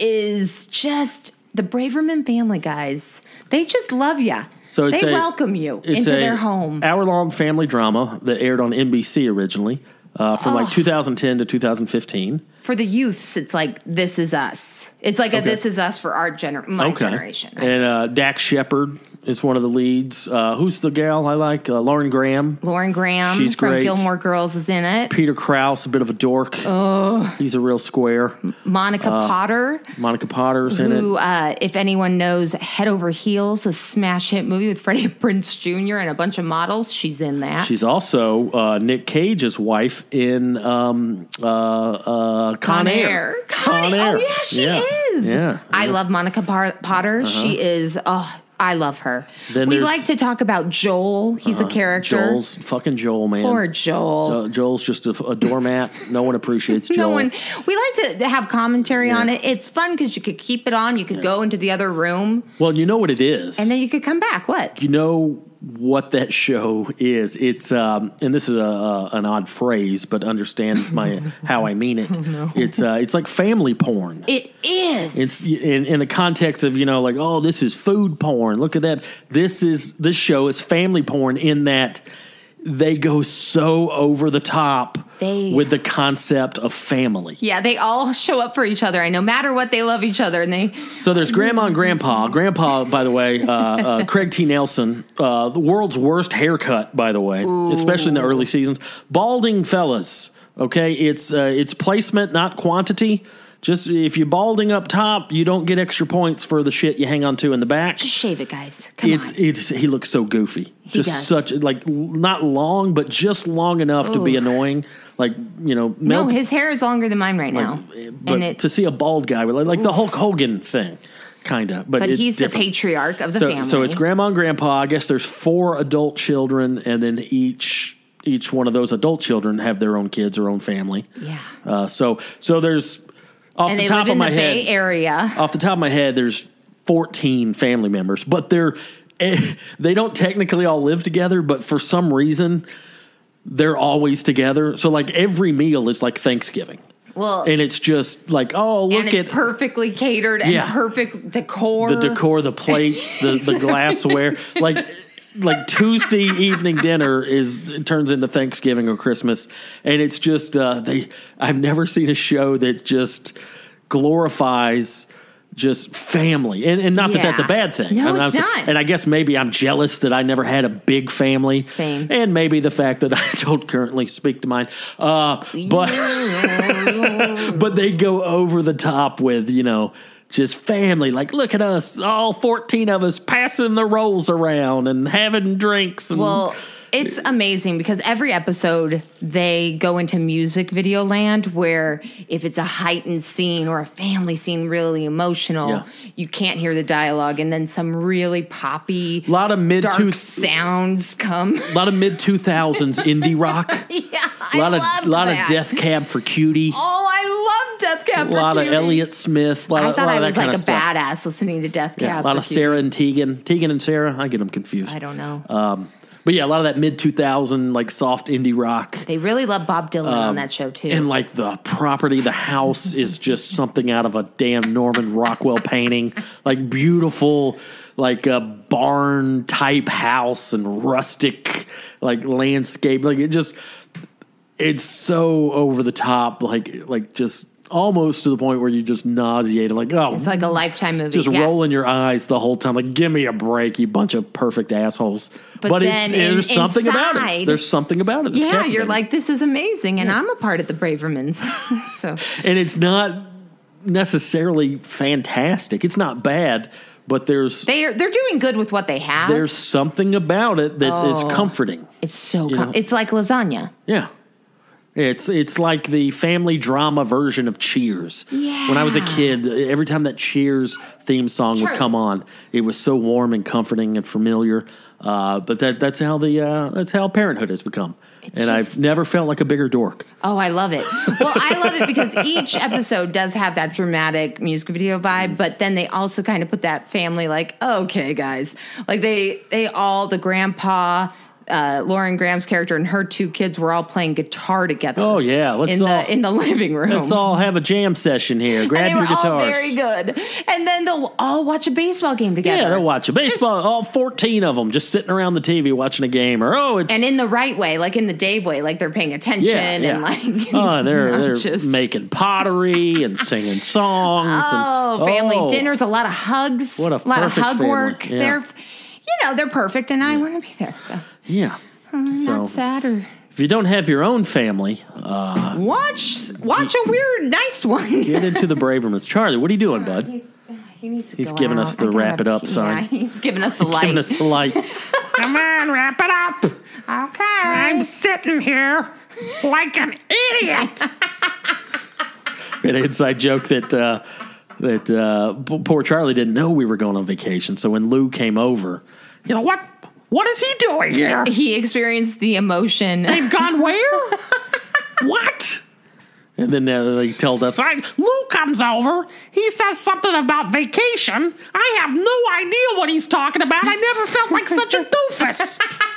Speaker 2: is just the Braverman family, guys. They just love you.
Speaker 1: So it's
Speaker 2: they
Speaker 1: a-
Speaker 2: welcome you
Speaker 1: It's
Speaker 2: into
Speaker 1: a
Speaker 2: their home.
Speaker 1: Hour-long family drama that aired on NBC originally uh, from
Speaker 2: Oh.
Speaker 1: like 2010 to 2015.
Speaker 2: For the youths, it's like this is us. It's like a this is us for our gener- my generation.
Speaker 1: And uh, Dax Shepard is one of the leads. Uh, who's the gal I like? Uh, Lauren Graham.
Speaker 2: Lauren Graham
Speaker 1: She's
Speaker 2: from
Speaker 1: great.
Speaker 2: Gilmore Girls is in it.
Speaker 1: Peter Krause, a bit of a dork. Oh. He's a real square.
Speaker 2: Monica Potter,
Speaker 1: Monica Potter's Uh, in
Speaker 2: who,
Speaker 1: it.
Speaker 2: uh, if anyone knows Head Over Heels, a smash hit movie with Freddie Prince Jr. and a bunch of models, she's in that.
Speaker 1: She's also uh, Nick Cage's wife in um, uh, uh, Con, Air.
Speaker 2: Con, Air. Oh, yeah, she is.
Speaker 1: Yeah. Uh-huh.
Speaker 2: I love Monica Par- Potter. She is, oh, I love her.
Speaker 1: Then
Speaker 2: we
Speaker 1: there's- Uh-huh.
Speaker 2: like to talk about Joel. He's a character.
Speaker 1: Uh, Joel's fucking Joel, man.
Speaker 2: Poor Joel.
Speaker 1: Uh, Joel's just a, a doormat. no one appreciates Joel.
Speaker 2: No one. We like to have commentary on
Speaker 1: Yeah.
Speaker 2: it. It's fun because you could keep it on. You could go into the other room,
Speaker 1: Well, you know what it is.
Speaker 2: and then you could come back. What?
Speaker 1: you know what that show is it's um and this is a, a an odd phrase but understand my how i mean it it's uh it's like family porn
Speaker 2: It is.
Speaker 1: it's in, in the context of you know like oh this is food porn look at that this is this show is family porn in that they go so over the top
Speaker 2: They-
Speaker 1: with the concept of family
Speaker 2: Yeah, they all show up for each other. I no matter what, they love each other, and they
Speaker 1: So there's grandma and grandpa. Grandpa, by the way, uh, uh, Craig T. Nelson, uh, the world's worst haircut, by the way, especially in the early seasons. Balding fellas, okay? It's uh, it's placement, not quantity. Just if you're balding up top, you don't get extra points for the shit you hang on to in the back.
Speaker 2: just shave it, guys. Come
Speaker 1: It's
Speaker 2: on.
Speaker 1: it's he looks so goofy. just
Speaker 2: does.
Speaker 1: such like l- not long, but just long enough to be
Speaker 2: Ooh.
Speaker 1: annoying. Like you know, Mel,
Speaker 2: no, his hair is longer than mine right now,
Speaker 1: eh, but
Speaker 2: and it.
Speaker 1: to see a bald guy with like, like the Hulk Hogan thing, kind of. But
Speaker 2: but
Speaker 1: it's
Speaker 2: he's
Speaker 1: different
Speaker 2: the patriarch of the
Speaker 1: so,
Speaker 2: family.
Speaker 1: So it's grandma and grandpa. I guess there's four adult children, and then each each one of those adult children have their own kids, their own family.
Speaker 2: Yeah.
Speaker 1: Uh, so so there's off
Speaker 2: and
Speaker 1: the
Speaker 2: they
Speaker 1: top
Speaker 2: live
Speaker 1: of
Speaker 2: in
Speaker 1: my
Speaker 2: the
Speaker 1: head.
Speaker 2: Bay Area.
Speaker 1: Off the top of my head, there's 14 family members, but they're eh, they don't technically all live together, but for some reason they're always together. So like every meal is like Thanksgiving.
Speaker 2: Well,
Speaker 1: And it's just like, oh, look
Speaker 2: and it's
Speaker 1: at
Speaker 2: perfectly catered and
Speaker 1: Yeah.
Speaker 2: perfect decor.
Speaker 1: the decor, the plates, the, the glassware. Like like Tuesday evening dinner is it turns into Thanksgiving or Christmas, and it's just uh, they. I've never seen a show that just glorifies just family, and and not that that's a
Speaker 2: Yeah.
Speaker 1: bad thing.
Speaker 2: No,
Speaker 1: I'm-
Speaker 2: it's
Speaker 1: I'm-
Speaker 2: not.
Speaker 1: And I guess maybe I'm jealous that I never had a big family.
Speaker 2: Same.
Speaker 1: And maybe the fact that I don't currently speak to mine. Uh, but but they go over the top with you know just family like look at us all 14 of us passing the rolls around and having drinks and
Speaker 2: Well, it's amazing because every episode they go into music video land where if it's a heightened scene or a family scene really emotional,
Speaker 1: Yeah.
Speaker 2: you can't hear the dialogue and then some really poppy
Speaker 1: a lot of mid
Speaker 2: dark
Speaker 1: two
Speaker 2: sounds come.
Speaker 1: a lot of mid 2000s indie rock a
Speaker 2: yeah, I
Speaker 1: lot of
Speaker 2: loved
Speaker 1: lot
Speaker 2: that.
Speaker 1: of death cab for cutie
Speaker 2: Oh, I love Death Cab.
Speaker 1: a lot of Elliott Smith a lot,
Speaker 2: I
Speaker 1: of-
Speaker 2: thought
Speaker 1: lot
Speaker 2: I
Speaker 1: of that
Speaker 2: was like
Speaker 1: kind
Speaker 2: a
Speaker 1: of stuff.
Speaker 2: badass listening to Death Cab.
Speaker 1: yeah, a lot of
Speaker 2: for
Speaker 1: Sarah and Tegan Tegan and Sarah I get them confused
Speaker 2: I don't know.
Speaker 1: um but yeah a lot of that mid 2000 like soft indie rock
Speaker 2: they really love Bob Dylan on that show too.
Speaker 1: Um, and like the property, the house is just something out of a damn Norman Rockwell painting, like beautiful, like a barn type house and rustic, like landscape, like it just, it's so over the top, like like just almost to the point where you just nauseated, like oh,
Speaker 2: it's like a lifetime movie.
Speaker 1: just
Speaker 2: yeah.
Speaker 1: rolling your eyes the whole time, like give me a break, you bunch of perfect assholes. But,
Speaker 2: But
Speaker 1: it's,
Speaker 2: then in-
Speaker 1: there's something about it.
Speaker 2: inside-
Speaker 1: There's something about it. that's
Speaker 2: Yeah, you're
Speaker 1: captivating.
Speaker 2: like, this is amazing. And I'm a part of the Bravermans. so
Speaker 1: and it's not necessarily fantastic. It's not bad, but there's
Speaker 2: they are, they're doing good with what they have.
Speaker 1: there's something about it that
Speaker 2: Oh.
Speaker 1: it's comforting.
Speaker 2: it's so,
Speaker 1: you
Speaker 2: com-
Speaker 1: know.
Speaker 2: it's like lasagna.
Speaker 1: Yeah. It's it's like the family drama version of Cheers. When I was a
Speaker 2: Yeah.
Speaker 1: kid, every time that Cheers theme song would
Speaker 2: True.
Speaker 1: come on, it was so warm and comforting and familiar. Uh, but that that's how the uh, that's how parenthood has become.
Speaker 2: It's
Speaker 1: and I've
Speaker 2: just-
Speaker 1: never felt like a bigger dork.
Speaker 2: Oh, I love it. Well, I love it because each episode does have that dramatic music video vibe, but then they also kind of put that family like, okay, guys, like they they all the grandpa. Uh, Lauren Graham's character and her two kids were all playing guitar together.
Speaker 1: Oh, yeah, let's
Speaker 2: in the
Speaker 1: all-
Speaker 2: in the living room.
Speaker 1: Let's all have a jam session here. Grab
Speaker 2: Oh. and they
Speaker 1: your
Speaker 2: were
Speaker 1: guitars.
Speaker 2: all very good. And then they'll all watch a baseball game together.
Speaker 1: Yeah, they'll watch a baseball. all fourteen of them just sitting around the TV watching a game, or oh, it's
Speaker 2: and in the right way, like in the Dave way, like they're paying attention
Speaker 1: yeah, yeah.
Speaker 2: and like
Speaker 1: oh, they're
Speaker 2: not
Speaker 1: they're
Speaker 2: just-
Speaker 1: making pottery and singing songs.
Speaker 2: oh
Speaker 1: and,
Speaker 2: family
Speaker 1: oh,
Speaker 2: dinners, a lot of hugs,
Speaker 1: What a
Speaker 2: lot of
Speaker 1: perfect
Speaker 2: hug
Speaker 1: family.
Speaker 2: work.
Speaker 1: Yeah.
Speaker 2: They're you know they're perfect, and I want to be there. So
Speaker 1: Yeah.
Speaker 2: Oh, not
Speaker 1: So
Speaker 2: sad or
Speaker 1: if you don't have your own family, uh,
Speaker 2: watch watch a weird nice one.
Speaker 1: get into the Bravermans. Charlie, what are you doing, bud?
Speaker 2: He's, he needs to
Speaker 1: He's
Speaker 2: go
Speaker 1: giving us
Speaker 2: out.
Speaker 1: the
Speaker 2: I gotta
Speaker 1: wrap it up
Speaker 2: pee.
Speaker 1: sign.
Speaker 2: Yeah, he's giving us the light.
Speaker 1: Giving us the light.
Speaker 3: Come on, wrap it up.
Speaker 2: okay.
Speaker 3: I'm sitting here like an idiot.
Speaker 1: We had an inside joke that uh, that uh, p- poor Charlie didn't know we were going on vacation. So when Lou came over,
Speaker 3: You know what? What is he doing here?
Speaker 2: he experienced the emotion.
Speaker 3: They've gone where?
Speaker 1: what? And then uh, they told
Speaker 3: It's
Speaker 1: us,
Speaker 3: like Lou comes over. He says something about vacation. I have no idea what he's talking about. I never felt like such a doofus.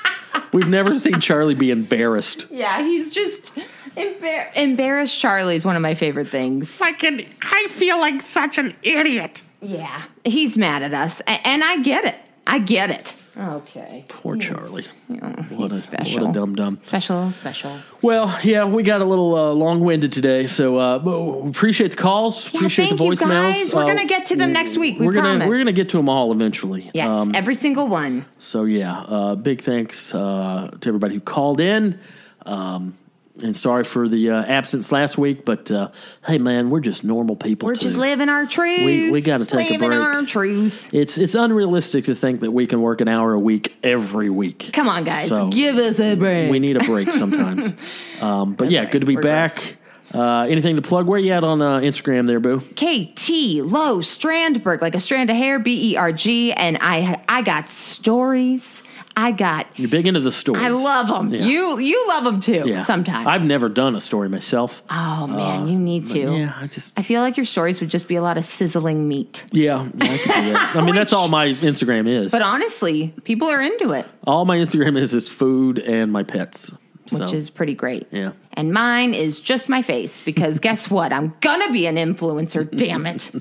Speaker 1: We've never seen Charlie be embarrassed.
Speaker 2: Yeah, he's just embar- embarrassed. Charlie is one of my favorite things.
Speaker 3: Like an, I feel like such an idiot.
Speaker 2: Yeah, he's mad at us, A- and I get it. I get it. Okay.
Speaker 1: Poor Charlie.
Speaker 2: he's special.
Speaker 1: What a dum dum.
Speaker 2: Special, special.
Speaker 1: Well, yeah, we got a little uh, long winded today, so uh, but we appreciate the calls.
Speaker 2: Yeah,
Speaker 1: appreciate
Speaker 2: thank
Speaker 1: the
Speaker 2: you
Speaker 1: voicemails.
Speaker 2: guys. We're
Speaker 1: Uh,
Speaker 2: gonna get to them next week. We
Speaker 1: we're gonna
Speaker 2: promise.
Speaker 1: we're gonna get to them all eventually.
Speaker 2: yes,
Speaker 1: Um,
Speaker 2: every single one.
Speaker 1: so yeah, uh, big thanks uh, to everybody who called in. Um, and sorry for the uh, absence last week, but uh, hey, man, we're just normal people.
Speaker 2: We're
Speaker 1: too.
Speaker 2: just living our truth.
Speaker 1: we gotta
Speaker 2: Just
Speaker 1: take a
Speaker 2: living
Speaker 1: break.
Speaker 2: our truth.
Speaker 1: It's it's unrealistic to think that we can work an hour a week every week.
Speaker 2: Come on, guys,
Speaker 1: So-
Speaker 2: give us a break.
Speaker 1: we need a break sometimes. um, but yeah, good to be
Speaker 2: We're gross.
Speaker 1: back. Uh, anything to plug? Where you at on uh, Instagram there, Boo?
Speaker 2: KT Low Strandberg, like a strand of hair, B E R G, and I. I got stories. I got.
Speaker 1: You're big into the stories.
Speaker 2: I love them.
Speaker 1: Yeah.
Speaker 2: You you love them too.
Speaker 1: Yeah.
Speaker 2: Sometimes.
Speaker 1: I've never done a story myself.
Speaker 2: oh man, you need to.
Speaker 1: Yeah, I just
Speaker 2: I feel like your stories would just be a lot of sizzling meat.
Speaker 1: yeah. I, could do that. I mean, that's all my Instagram is.
Speaker 2: But honestly, people are into it,
Speaker 1: all my Instagram is is food and my pets. So,
Speaker 2: which is pretty great.
Speaker 1: Yeah.
Speaker 2: And mine is just my face because guess what? I'm gonna be an influencer. Damn it!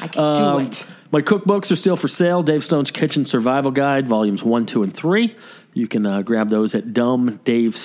Speaker 2: I can do it.
Speaker 1: Um, My cookbooks are still for sale Dave Stone's Kitchen Survival Guide, volumes one, two, and three. You can uh, grab those at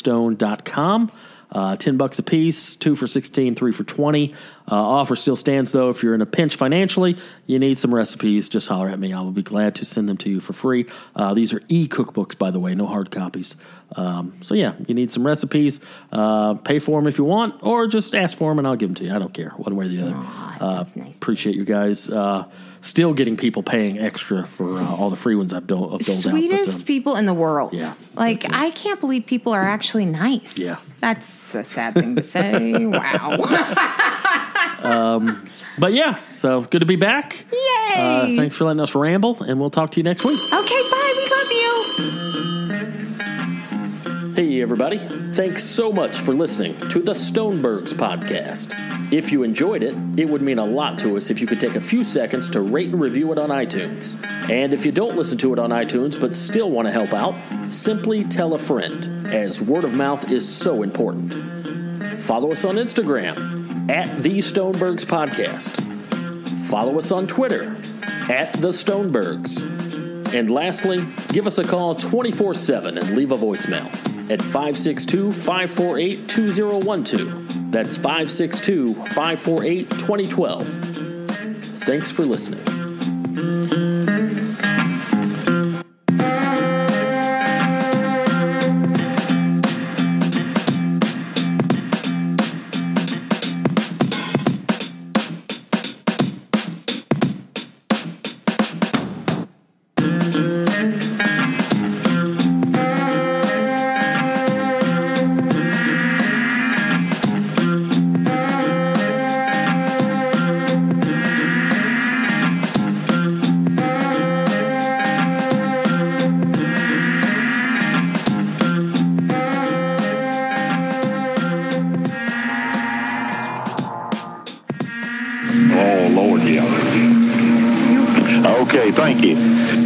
Speaker 1: dumbdavestone.com. Uh, 10 bucks a piece, two for 16, three for 20. Uh, offer still stands though. If you're in a pinch financially, you need some recipes, just holler at me. I will be glad to send them to you for free. Uh, these are e cookbooks, by the way, no hard copies. Um, so, yeah, you need some recipes. Uh, pay for them if you want, or just ask for them and I'll give them to you. I don't care, one way or the other.
Speaker 2: Aw,
Speaker 1: uh,
Speaker 2: that's nice.
Speaker 1: Appreciate you guys. Uh, still getting people paying extra for uh, all the free ones I've, dole, I've doled out. but,
Speaker 2: Sweetest
Speaker 1: um,
Speaker 2: people in the world.
Speaker 1: Yeah.
Speaker 2: Like, I can't believe people are actually nice.
Speaker 1: Yeah.
Speaker 2: That's a sad thing to say. wow.
Speaker 1: Uh, But yeah, so good to be back.
Speaker 2: Yay.
Speaker 1: Uh, thanks for letting us ramble, and we'll talk to you next week.
Speaker 2: Okay, bye. We love you.
Speaker 1: Hey, everybody. Thanks so much for listening to the Stonebergs podcast. If you enjoyed it, it would mean a lot to us if you could take a few seconds to rate and review it on iTunes. And if you don't listen to it on iTunes but still want to help out, simply tell a friend, as word of mouth is so important. Follow us on Instagram at the Stonebergs podcast. Follow us on Twitter at the Stonebergs. And lastly, give us a call 24 7 and leave a voicemail at 562 548 2012. That's 562 548 2012. Thanks for listening.
Speaker 4: Oh, Lord, yeah. Okay, thank you.